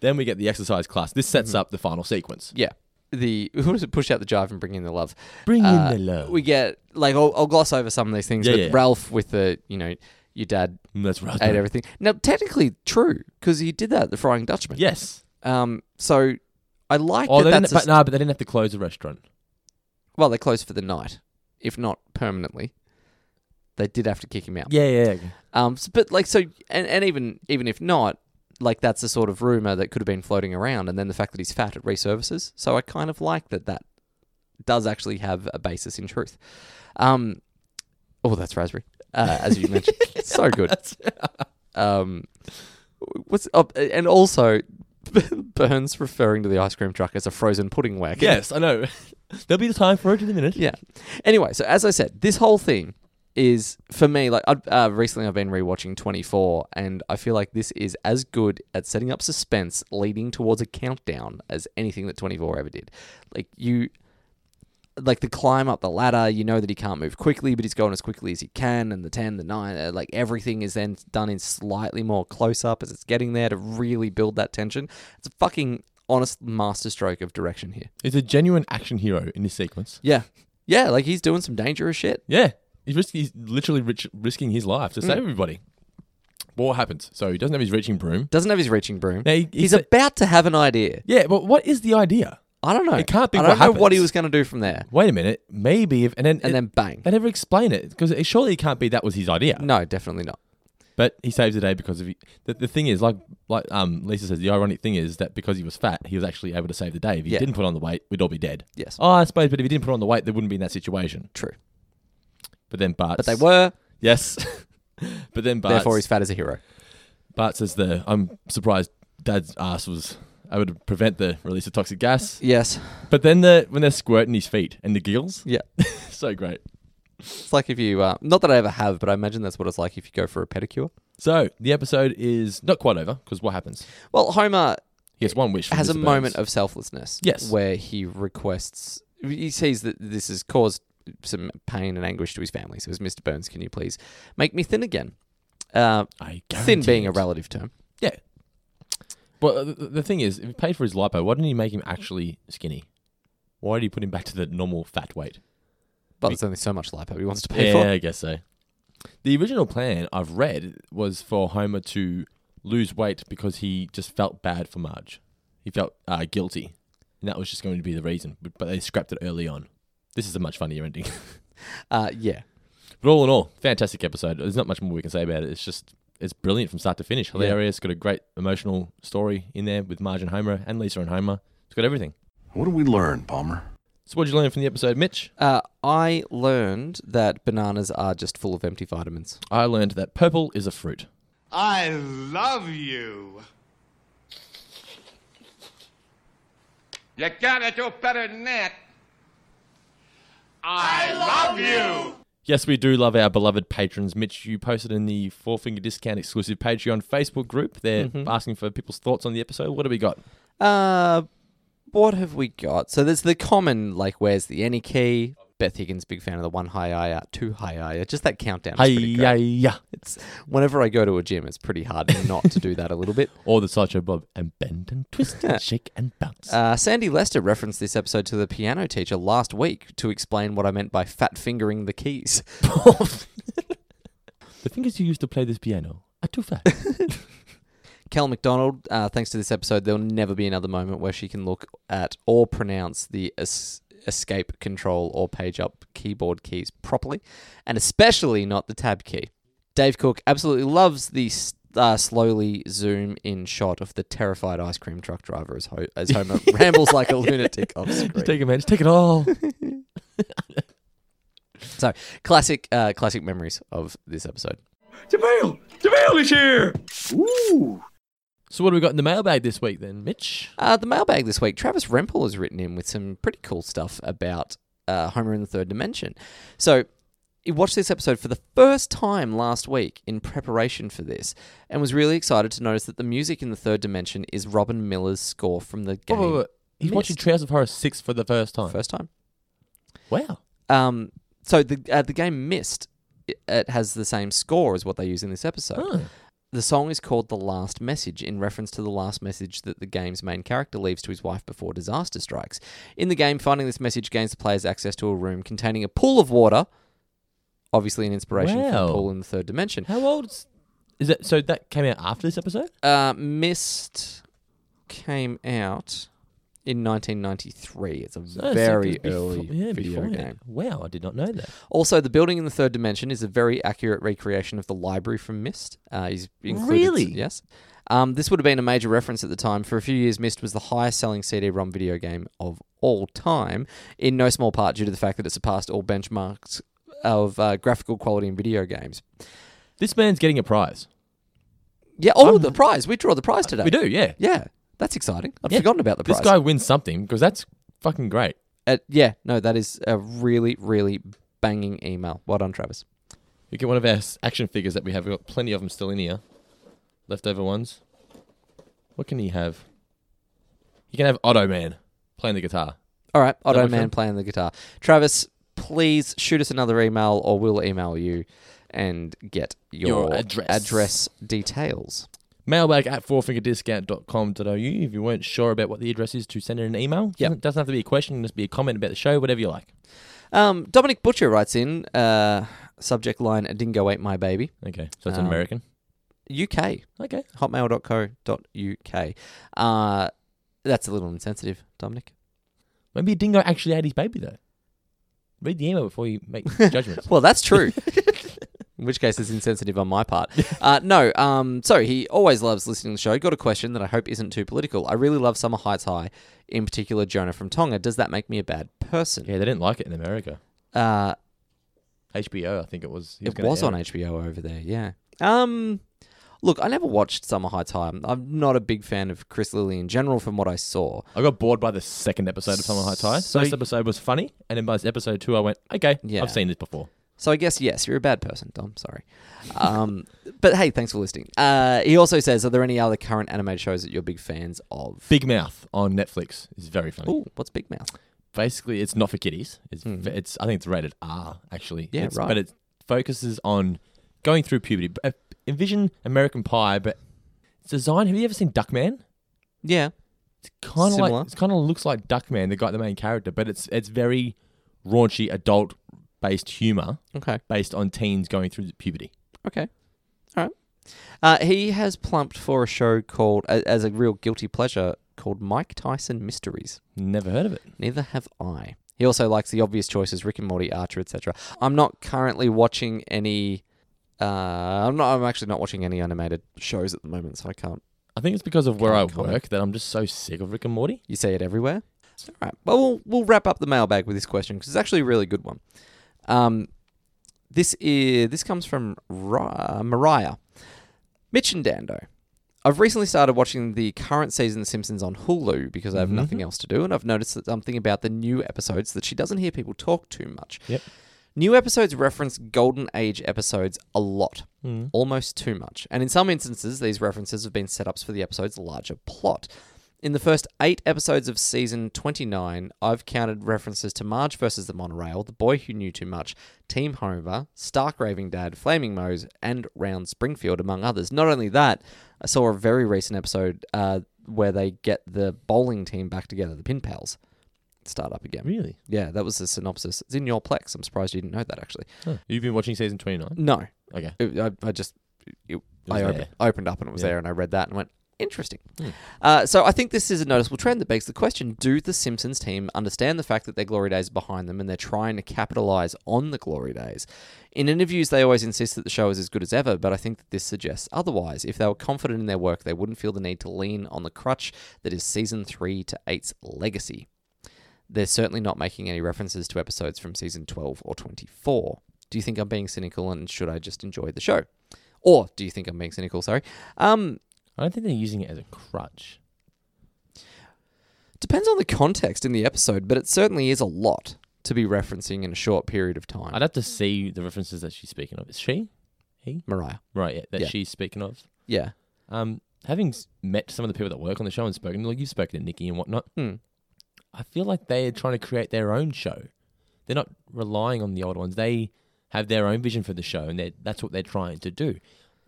Speaker 1: Then we get the exercise class. This sets
Speaker 2: Mm-hmm.
Speaker 1: up the final sequence.
Speaker 2: Yeah. The what was it? Push out the jive and bring in the love.
Speaker 1: Bring in the love.
Speaker 2: Uh, We get like I'll, I'll gloss over some of these things,
Speaker 1: Yeah,
Speaker 2: but
Speaker 1: yeah.
Speaker 2: Ralph with the you know your dad
Speaker 1: That's right.
Speaker 2: ate everything. Now technically true because he did that at the Frying Dutchman.
Speaker 1: Yes.
Speaker 2: Um. So I like
Speaker 1: Oh,
Speaker 2: that.
Speaker 1: they didn't,
Speaker 2: That's a
Speaker 1: but,
Speaker 2: s-
Speaker 1: no, but they didn't have to close the restaurant.
Speaker 2: well, they closed for the night, if not permanently. They did have to kick him out.
Speaker 1: Yeah, yeah, yeah.
Speaker 2: Um, s- but like so, and, and even even if not, like that's the sort of rumor that could have been floating around, and then the fact that he's fat it resurfaces. So I kind of like that that does actually have a basis in truth. Um, oh, that's raspberry, uh, as you mentioned, so good. Um, what's up? And also, Burns referring to the ice cream truck as a frozen pudding wagon.
Speaker 1: Yes, I know. There'll be the time for it in a minute.
Speaker 2: Yeah. Anyway, so as I said, this whole thing is for me like I've, uh, recently I've been rewatching 24 and I feel like this is as good at setting up suspense leading towards a countdown as anything that 24 ever did. Like you like the climb up the ladder, you know that he can't move quickly, but he's going as quickly as he can and the 10, the 9, uh, like everything is then done in slightly more close up as it's getting there to really build that tension. It's a fucking honest masterstroke of direction here.
Speaker 1: He's a genuine action hero in this sequence.
Speaker 2: Yeah. Yeah, like he's doing some dangerous shit.
Speaker 1: Yeah. He's, risk- he's literally rich- risking his life to save
Speaker 2: Mm.
Speaker 1: everybody. But what happens? So he doesn't have his reaching broom.
Speaker 2: Doesn't have his reaching broom.
Speaker 1: Now, he- he
Speaker 2: he's
Speaker 1: sa-
Speaker 2: about to have an idea.
Speaker 1: Yeah, but what is the idea?
Speaker 2: I don't know.
Speaker 1: It can't be
Speaker 2: I
Speaker 1: what
Speaker 2: don't know what
Speaker 1: happens.
Speaker 2: he was going to do from there.
Speaker 1: Wait a minute. Maybe if and then
Speaker 2: And then Mm. bang.
Speaker 1: They never explain it because it, surely it can't be that was his idea.
Speaker 2: No, definitely not.
Speaker 1: But he saves the day because of he, the, the thing is like like um Lisa says the ironic thing is that because he was fat he was actually able to save the day. If he
Speaker 2: Yeah.
Speaker 1: didn't put on the weight, we'd all be dead.
Speaker 2: Yes.
Speaker 1: Oh, I suppose. But if he didn't put on the weight, they wouldn't be in that situation.
Speaker 2: True.
Speaker 1: But then Bart.
Speaker 2: But they were.
Speaker 1: Yes. but then Bart.
Speaker 2: Therefore, he's fat as a hero.
Speaker 1: Bart says the I'm surprised Dad's ass was able to prevent the release of toxic gas.
Speaker 2: Yes.
Speaker 1: But then the when they're squirting his feet and the gills.
Speaker 2: Yeah.
Speaker 1: so great.
Speaker 2: It's like if you, uh, not that I ever have, but I imagine that's what it's like if you go for a pedicure.
Speaker 1: So the episode is not quite over because what happens?
Speaker 2: Well, Homer
Speaker 1: He has one wish. From
Speaker 2: has
Speaker 1: Mr.
Speaker 2: a
Speaker 1: Burns.
Speaker 2: moment of selflessness.
Speaker 1: Yes.
Speaker 2: Where he requests, he sees that this has caused some pain and anguish to his family. So, it's Mr. Burns, can you please make me thin again? Uh,
Speaker 1: I
Speaker 2: thin being
Speaker 1: guarantee
Speaker 2: a
Speaker 1: it.
Speaker 2: relative term.
Speaker 1: yeah. But uh, the- the thing is, if he paid for his lipo, why didn't he make him actually skinny? Why did he put him back to the normal fat weight?
Speaker 2: But there's only so much lipo he wants to pay
Speaker 1: Yeah,
Speaker 2: for.
Speaker 1: I guess so. The original plan I've read was for Homer to lose weight because he just felt bad for Marge. He felt uh, guilty, and that was just going to be the reason. But, but they scrapped it early on. This is a much funnier ending.
Speaker 2: Uh, yeah.
Speaker 1: But all in all, fantastic episode. There's not much more we can say about it. It's just it's brilliant from start to finish. Hilarious. Got a great emotional story in there with Marge and Homer and Lisa and Homer. It's got everything.
Speaker 15: What do we learn, Palmer?
Speaker 1: So what did you learn from the episode, Mitch?
Speaker 2: Uh, I learned that bananas are just full of empty vitamins.
Speaker 1: I learned that purple is a fruit.
Speaker 16: I love you. You gotta do better than that. I, love you.
Speaker 1: Yes, we do love our beloved patrons. Mitch, you posted in the Four Finger Discount exclusive Patreon Facebook group. They're
Speaker 2: Mhm.
Speaker 1: asking for people's thoughts on the episode. What do we got?
Speaker 2: Uh, what have we got? So there's the common, like, where's the any key? Beth Higgins, big fan of the one high eye, two high eye. Just that countdown. Is pretty great.
Speaker 1: yeah.
Speaker 2: It's whenever I go to a gym, it's pretty hard not to do that a little bit.
Speaker 1: Or the Sideshow Bob and bend and twist and shake and bounce.
Speaker 2: Uh, Sandy Lester referenced this episode to the piano teacher last week to explain what I meant by fat fingering the keys.
Speaker 1: The fingers you use to play this piano are too fat.
Speaker 2: Kel McDonald, uh, thanks to this episode, there'll never be another moment where she can look at or pronounce the es- escape control or page up keyboard keys properly, and especially not the tab key. Dave Cook absolutely loves the s- uh, slowly zoom in shot of the terrified ice cream truck driver as, Ho- as Homer
Speaker 1: Oh,
Speaker 2: rambles like a lunatic off
Speaker 1: Just
Speaker 2: screen.
Speaker 1: take it, man. Just take it all.
Speaker 2: So classic, uh, classic memories of this episode.
Speaker 13: Jamil! Jamil is here!
Speaker 1: Ooh. So what do we got in the mailbag this week then, Mitch?
Speaker 2: Uh, the mailbag this week, Travis Rempel has written in with some pretty cool stuff about uh, Homer in the Third Dimension. So he watched this episode for the first time last week in preparation for this and was really excited to notice that the music in the Third Dimension is Robin Miller's score from the game.
Speaker 1: Wait, wait, wait. He's
Speaker 2: Mist.
Speaker 1: watching Trials of Horror 6 for the first time.
Speaker 2: First time.
Speaker 1: Wow.
Speaker 2: Um, so the uh, the game Mist, it, it has the same score as what they use in this episode.
Speaker 1: Huh.
Speaker 2: The song is called "The Last Message" in reference to the last message that the game's main character leaves to his wife before disaster strikes. In the game, finding this message gains the players access to a room containing a pool of water, obviously an inspiration from
Speaker 1: Wow.
Speaker 2: the pool in the third dimension.
Speaker 1: How old is, is that? So that came out after this episode?
Speaker 2: Uh, Mist came out in 1993. It's a
Speaker 1: Oh, so
Speaker 2: very
Speaker 1: it was befo-
Speaker 2: early
Speaker 1: yeah,
Speaker 2: video
Speaker 1: before that.
Speaker 2: game.
Speaker 1: Wow, I did not know that.
Speaker 2: Also, the building in the third dimension is a very accurate recreation of the library from Mist. Uh, he's included,
Speaker 1: Really?
Speaker 2: Yes. Um, this would have been a major reference at the time. For a few years, Mist was the highest selling CD ROM video game of all time, in no small part due to the fact that it surpassed all benchmarks of uh, graphical quality in video games.
Speaker 1: This man's getting a prize.
Speaker 2: Yeah. Oh, the prize. We draw the prize today.
Speaker 1: We do, yeah.
Speaker 2: Yeah. That's exciting. I'd
Speaker 1: Yeah.
Speaker 2: forgotten about the prize.
Speaker 1: This guy wins something because that's fucking great.
Speaker 2: Uh, yeah. No, that is a really, really banging email. Well done, Travis.
Speaker 1: You get one of our s- action figures that we have. We've got plenty of them still in here. Leftover ones. What can he have? He can have Otto Man playing the guitar.
Speaker 2: All right,
Speaker 1: that
Speaker 2: Auto
Speaker 1: what
Speaker 2: Man
Speaker 1: you-
Speaker 2: playing the guitar. Travis, please shoot us another email, or we'll email you and get your,
Speaker 1: Your address.
Speaker 2: address details.
Speaker 1: Mailbag at fourfingerdiscount.com.au if you weren't sure about what the address is to send in an email.
Speaker 2: Yep.
Speaker 1: Doesn't, doesn't have to be a question, just be a comment about the show, whatever you like.
Speaker 2: Um, Dominic Butcher writes in uh, subject line: "A dingo ate my baby."
Speaker 1: Okay, so it's
Speaker 2: Um,
Speaker 1: American.
Speaker 2: UK.
Speaker 1: Okay.
Speaker 2: Hotmail.co.uk. Uh, that's a little insensitive, Dominic.
Speaker 1: Maybe a dingo actually ate his baby though. Read the email before you make judgments.
Speaker 2: Well, that's true. In which case, it's insensitive on my part. Uh, no, um, so he always loves listening to the show. Got a question that I hope isn't too political. I really love Summer Heights High, in particular Jonah from Tonga. Does that make me a bad person?
Speaker 1: yeah, they didn't like it in America.
Speaker 2: Uh,
Speaker 1: HBO, I think it was. he
Speaker 2: it
Speaker 1: gonna
Speaker 2: was
Speaker 1: air
Speaker 2: on HBO over there, yeah. Um, look, I never watched Summer Heights High. I'm- I'm not a big fan of Chris Lilly in general from what I saw.
Speaker 1: I got bored by the second episode of Summer Heights High.
Speaker 2: So-
Speaker 1: First episode was funny, and then by episode two, I went, okay,
Speaker 2: Yeah.
Speaker 1: I've seen this before.
Speaker 2: So I guess yes, you're a bad person, Dom. Sorry, um, but hey, thanks for listening. Uh, he also says, are there any other current animated shows that you're big fans of?
Speaker 1: Big Mouth on Netflix is very funny.
Speaker 2: Ooh, what's Big Mouth?
Speaker 1: Basically, it's not for kiddies. It's, it's I think it's rated R actually.
Speaker 2: Yeah,
Speaker 1: It's-
Speaker 2: right.
Speaker 1: But it focuses on going through puberty. B- uh, Envision American Pie, but it's designed. Have you ever seen Duckman?
Speaker 2: Yeah,
Speaker 1: kind of
Speaker 2: Similar.
Speaker 1: like it kind of looks like Duckman, the guy, the main character, but it's it's very raunchy adult based humor
Speaker 2: okay,
Speaker 1: based on teens going through puberty.
Speaker 2: okay, all right. Uh, he has plumped for a show called, a- as a real guilty pleasure, called Mike Tyson Mysteries.
Speaker 1: Never heard of it.
Speaker 2: Neither have I. He also likes the obvious choices, Rick and Morty, Archer, etc. I'm not currently watching any. Uh, I'm not. I'm actually not watching any animated shows at the moment, so I can't
Speaker 1: I think it's because of where I
Speaker 2: Can't comment.
Speaker 1: work that I'm just so sick of Rick and Morty.
Speaker 2: You see it everywhere. All right. Well, we'll, we'll wrap up the mailbag with this question because it's actually a really good one. Um, this is this comes from Ra- Mariah, Mitch and Dando. I've recently started watching the current season of The Simpsons on Hulu because I have nothing else to do, and I've noticed that something about the new episodes that she doesn't hear people talk too much.
Speaker 1: Yep.
Speaker 2: New episodes reference Golden Age episodes a lot, almost too much. And in some instances, these references have been setups for the episode's larger plot. In the first eight episodes of season 29, I've counted references to Marge versus the Monorail, The Boy Who Knew Too Much, Team Homer, Stark Raving Dad, Flaming Moe's, and Round Springfield, among others. Not only that, I saw a very recent episode uh, where they get the bowling team back together, the Pin Pals. Start up again.
Speaker 1: Really?
Speaker 2: Yeah, that was the synopsis. It's in your Plex. I'm surprised you didn't know that, actually.
Speaker 1: You've been watching season 29?
Speaker 2: No.
Speaker 1: Okay.
Speaker 2: It- I, I just, it,
Speaker 1: was
Speaker 2: I opened,
Speaker 1: there.
Speaker 2: opened up and it was
Speaker 1: Yeah. Hmm.
Speaker 2: there and I read that and went, interesting. Uh, so I think this is a noticeable trend that begs the question do the Simpsons team understand the fact that their glory days are behind them and they're trying to capitalize on the glory days? In interviews, they always insist that the show is as good as ever, but I think that this suggests otherwise. If they were confident in their work, they wouldn't feel the need to lean on the crutch that is season three to eight's legacy. they're certainly not making any references to episodes from season 12 or 24. Do you think I'm being cynical and should I just enjoy the show? Or do you think I'm being cynical? Sorry. Um,
Speaker 1: I don't think they're using it as a crutch.
Speaker 2: Depends on the context in the episode, but it certainly is a lot to be referencing in a short period of time.
Speaker 1: I'd have to see the references that she's speaking of. Is she? He?
Speaker 2: Mariah.
Speaker 1: Right, yeah, that
Speaker 2: Yeah.
Speaker 1: she's speaking of.
Speaker 2: Yeah.
Speaker 1: Um, having s- met some of the people that work on the show and spoken, like you've spoken to Nikki and whatnot,
Speaker 2: Hmm.
Speaker 1: I feel like they are trying to create their own show. They're not relying on the old ones. They have their own vision for the show, and they're- that's what they're trying to do.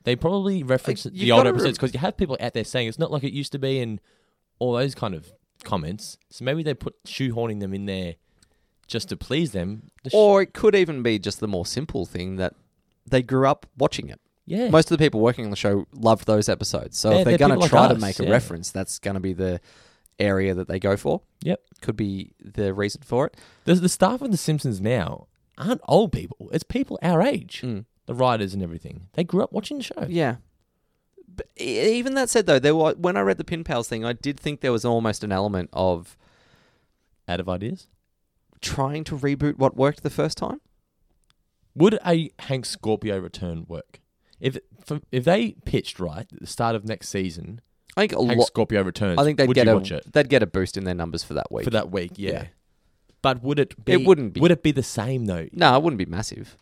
Speaker 1: They probably reference
Speaker 2: Like,
Speaker 1: the
Speaker 2: you've
Speaker 1: old
Speaker 2: gotta
Speaker 1: episodes
Speaker 2: rem-
Speaker 1: because you have people out there saying it's not like it used to be, and all those kind of comments. So maybe they put shoehorning them in there just to please them. The sh-
Speaker 2: Or it could even be just the more simple thing that they grew up watching it.
Speaker 1: Yeah.
Speaker 2: Most of the people working on the show loved those episodes. So
Speaker 1: They're-
Speaker 2: if they're,
Speaker 1: they're
Speaker 2: going
Speaker 1: people
Speaker 2: to
Speaker 1: like
Speaker 2: try to
Speaker 1: us,
Speaker 2: make
Speaker 1: yeah.
Speaker 2: a reference, that's going to be the area that they go for.
Speaker 1: Yep.
Speaker 2: Could be the reason for it.
Speaker 1: the, the staff of The Simpsons now aren't old people. It's people our age. The writers and everything. They grew up watching the show.
Speaker 2: Hmm. Yeah. But e- even that said, though, there were, when I read the Pin Pals thing, I did think there was almost an element of
Speaker 1: Out of ideas?
Speaker 2: trying to reboot what worked the first time.
Speaker 1: Would a Hank Scorpio return work? If for, if they pitched right at the start of next season,
Speaker 2: I think a
Speaker 1: Hank
Speaker 2: lot-
Speaker 1: Scorpio returns.
Speaker 2: I think they'd
Speaker 1: would
Speaker 2: get
Speaker 1: you
Speaker 2: a
Speaker 1: watch it
Speaker 2: they'd get a boost in their numbers for that week.
Speaker 1: for that week? Yeah. But would it? Be,
Speaker 2: It wouldn't be.
Speaker 1: Would it be the same though?
Speaker 2: No, it wouldn't be massive.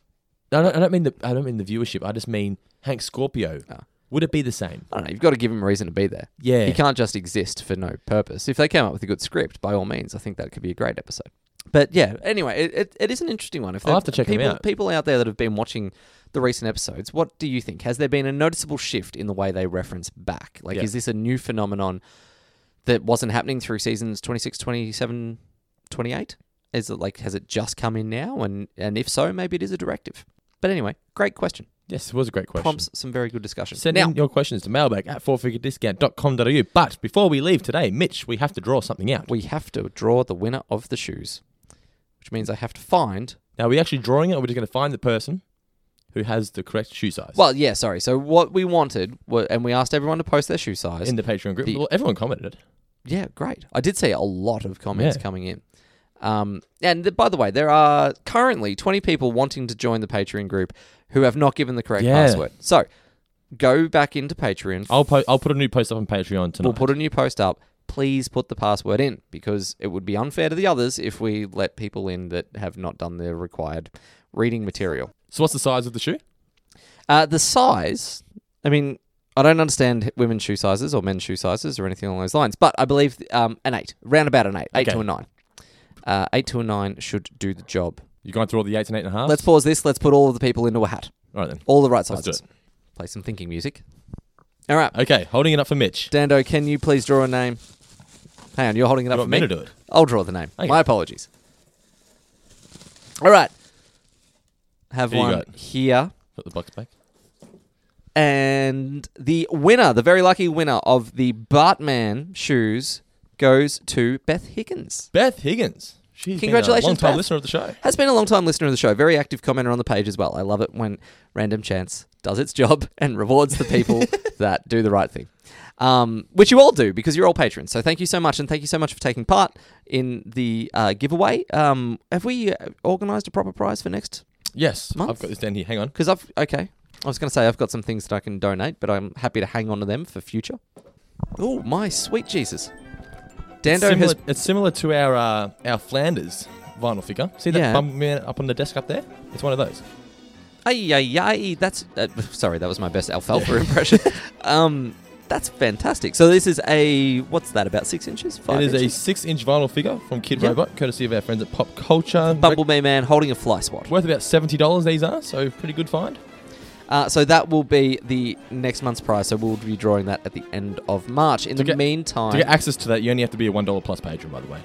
Speaker 1: No, I don't, I don't mean the. I don't mean the viewership. I just mean Hank Scorpio.
Speaker 2: Ah.
Speaker 1: Would it be the same?
Speaker 2: I don't know. You've got to give him a reason to be there.
Speaker 1: Yeah.
Speaker 2: He can't just exist for no purpose. If they came up with a good script, by all means, I think that could be a great episode. But yeah, anyway, it, it, it is an interesting one. If
Speaker 1: I'll
Speaker 2: there-
Speaker 1: have to check 'em
Speaker 2: people,
Speaker 1: out.
Speaker 2: People out there that have been watching the recent episodes, what do you think? Has there been a noticeable shift in the way they reference back? Like,
Speaker 1: Yeah.
Speaker 2: is this a new phenomenon that wasn't happening through seasons 26, 27, 28? Is it like, has it just come in now? And, and if so, maybe it is a directive. But anyway, great question.
Speaker 1: Yes, it was a great question.
Speaker 2: Prompts some very good discussion.
Speaker 1: Send
Speaker 2: now,
Speaker 1: in your questions to mailbag at fourfigurediscount.com.au. But before we leave today, Mitch, we have to draw something out.
Speaker 2: we have to draw the winner of the shoes, which means I have to find.
Speaker 1: Now, are we actually drawing it, or are we just going to find the person who has the correct shoe size?
Speaker 2: Well, yeah, sorry. So what we wanted, were, and we asked everyone to post their shoe size
Speaker 1: in the Patreon group,
Speaker 2: The-
Speaker 1: well, everyone commented.
Speaker 2: Yeah, great. I did see a lot of comments
Speaker 1: Yeah.
Speaker 2: coming in. Um, and th by the way, there are currently 20 people wanting to join the Patreon group who have not given the correct
Speaker 1: Yeah. Oh,
Speaker 2: password. So go back into Patreon.
Speaker 1: I'll po- I'll put a new post up on Patreon tonight.
Speaker 2: We'll put a new post up. Please put the password in because it would be unfair to the others if we let people in that have not done their required reading material.
Speaker 1: so, what's the size of the shoe?
Speaker 2: Uh, the size, I mean, I don't understand women's shoe sizes or men's shoe sizes or anything along those lines, but I believe um, an eight, round about an eight, eight
Speaker 1: Okay.
Speaker 2: to a nine. Uh, eight to a nine should do the job.
Speaker 1: You're going through all the eights and eight and a half.
Speaker 2: Let's pause this. Let's put all of the people into a hat.
Speaker 1: all right then.
Speaker 2: All the right
Speaker 1: Let's
Speaker 2: sizes.
Speaker 1: do it.
Speaker 2: Play some thinking music. All right.
Speaker 1: Okay, holding it up for Mitch.
Speaker 2: Dando, can you please draw a name? Hang on, you're holding it up
Speaker 1: You want
Speaker 2: for
Speaker 1: me to do it?
Speaker 2: I'll draw the name.
Speaker 1: Okay.
Speaker 2: My apologies. All right. Have
Speaker 1: Who you
Speaker 2: one
Speaker 1: got?
Speaker 2: here.
Speaker 1: Put the box back.
Speaker 2: And the winner, the very lucky winner of the Bartman shoes goes to Beth Higgins.
Speaker 1: Beth Higgins. She's
Speaker 2: Congratulations,
Speaker 1: been a long-time
Speaker 2: Beth.
Speaker 1: listener of the show.
Speaker 2: Has been a long time listener of the show, very active commenter on the page as well. I love it when random chance does its job and rewards the people that do the right thing. Um, which you all do because you're all patrons. So thank you so much, and thank you so much for taking part in the uh, giveaway. Um, have we uh, organised a proper prize for next
Speaker 1: Yes,
Speaker 2: Month?
Speaker 1: I've got this down here. Hang on.
Speaker 2: Because I've okay. I was going to say I've got some things that I can donate, but I'm happy to hang on to them for future. Oh my sweet Jesus! Dando
Speaker 1: similar,
Speaker 2: has
Speaker 1: It's similar to our uh, our Flanders vinyl figure. See that
Speaker 2: Yeah.
Speaker 1: bum man up on the desk up there? It's one of those.
Speaker 2: ay ay ay. That's uh, sorry, that was my best alfalfa impression. Um, that's fantastic. So this is a what's that about six inches? Five
Speaker 1: it is a
Speaker 2: inches?
Speaker 1: six-inch vinyl figure from Kid
Speaker 2: Yeah.
Speaker 1: Robot, courtesy of our friends at Pop Culture.
Speaker 2: bumblebee man holding a fly swat.
Speaker 1: Worth about seventy dollars. These are so pretty good find.
Speaker 2: Uh, so that will be the next month's prize. So we'll be drawing that at the end of March. In the
Speaker 1: get-
Speaker 2: meantime,
Speaker 1: To get access to that, you only have to be a one dollar plus patron, by the way.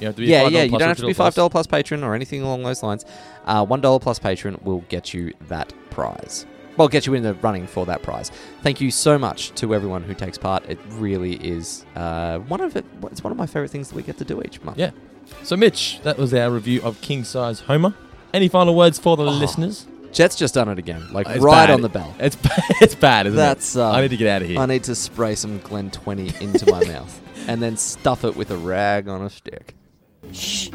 Speaker 1: You have to be a
Speaker 2: yeah,
Speaker 1: $5
Speaker 2: yeah. You
Speaker 1: plus,
Speaker 2: don't have to be
Speaker 1: $2 plus.
Speaker 2: five dollar plus patron or anything along those lines. Uh, One dollar plus patron will get you that prize. Well, get you in the running for that prize. Thank you so much to everyone who takes part. It really is uh, one of it, it's one of my favorite things that we get to do each month.
Speaker 1: Yeah. So, Mitch, that was our review of King Size Homer. Any final words for the listeners?
Speaker 2: Jet's just done it again, like
Speaker 1: It's
Speaker 2: Oh, right
Speaker 1: bad.
Speaker 2: on the bell.
Speaker 1: It's bad. It's bad, isn't
Speaker 2: That's.
Speaker 1: it?
Speaker 2: Um,
Speaker 1: I need to get out of here.
Speaker 2: I need to spray some Glen Twenty into my mouth and then stuff it with a rag on a stick.
Speaker 17: Shh.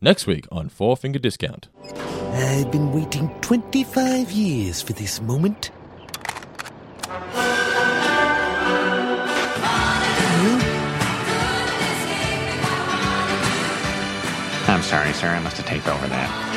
Speaker 1: Next week on Four Finger Discount.
Speaker 8: I've been waiting 25 years for this moment.
Speaker 7: I'm sorry, sir. I must have taken over that.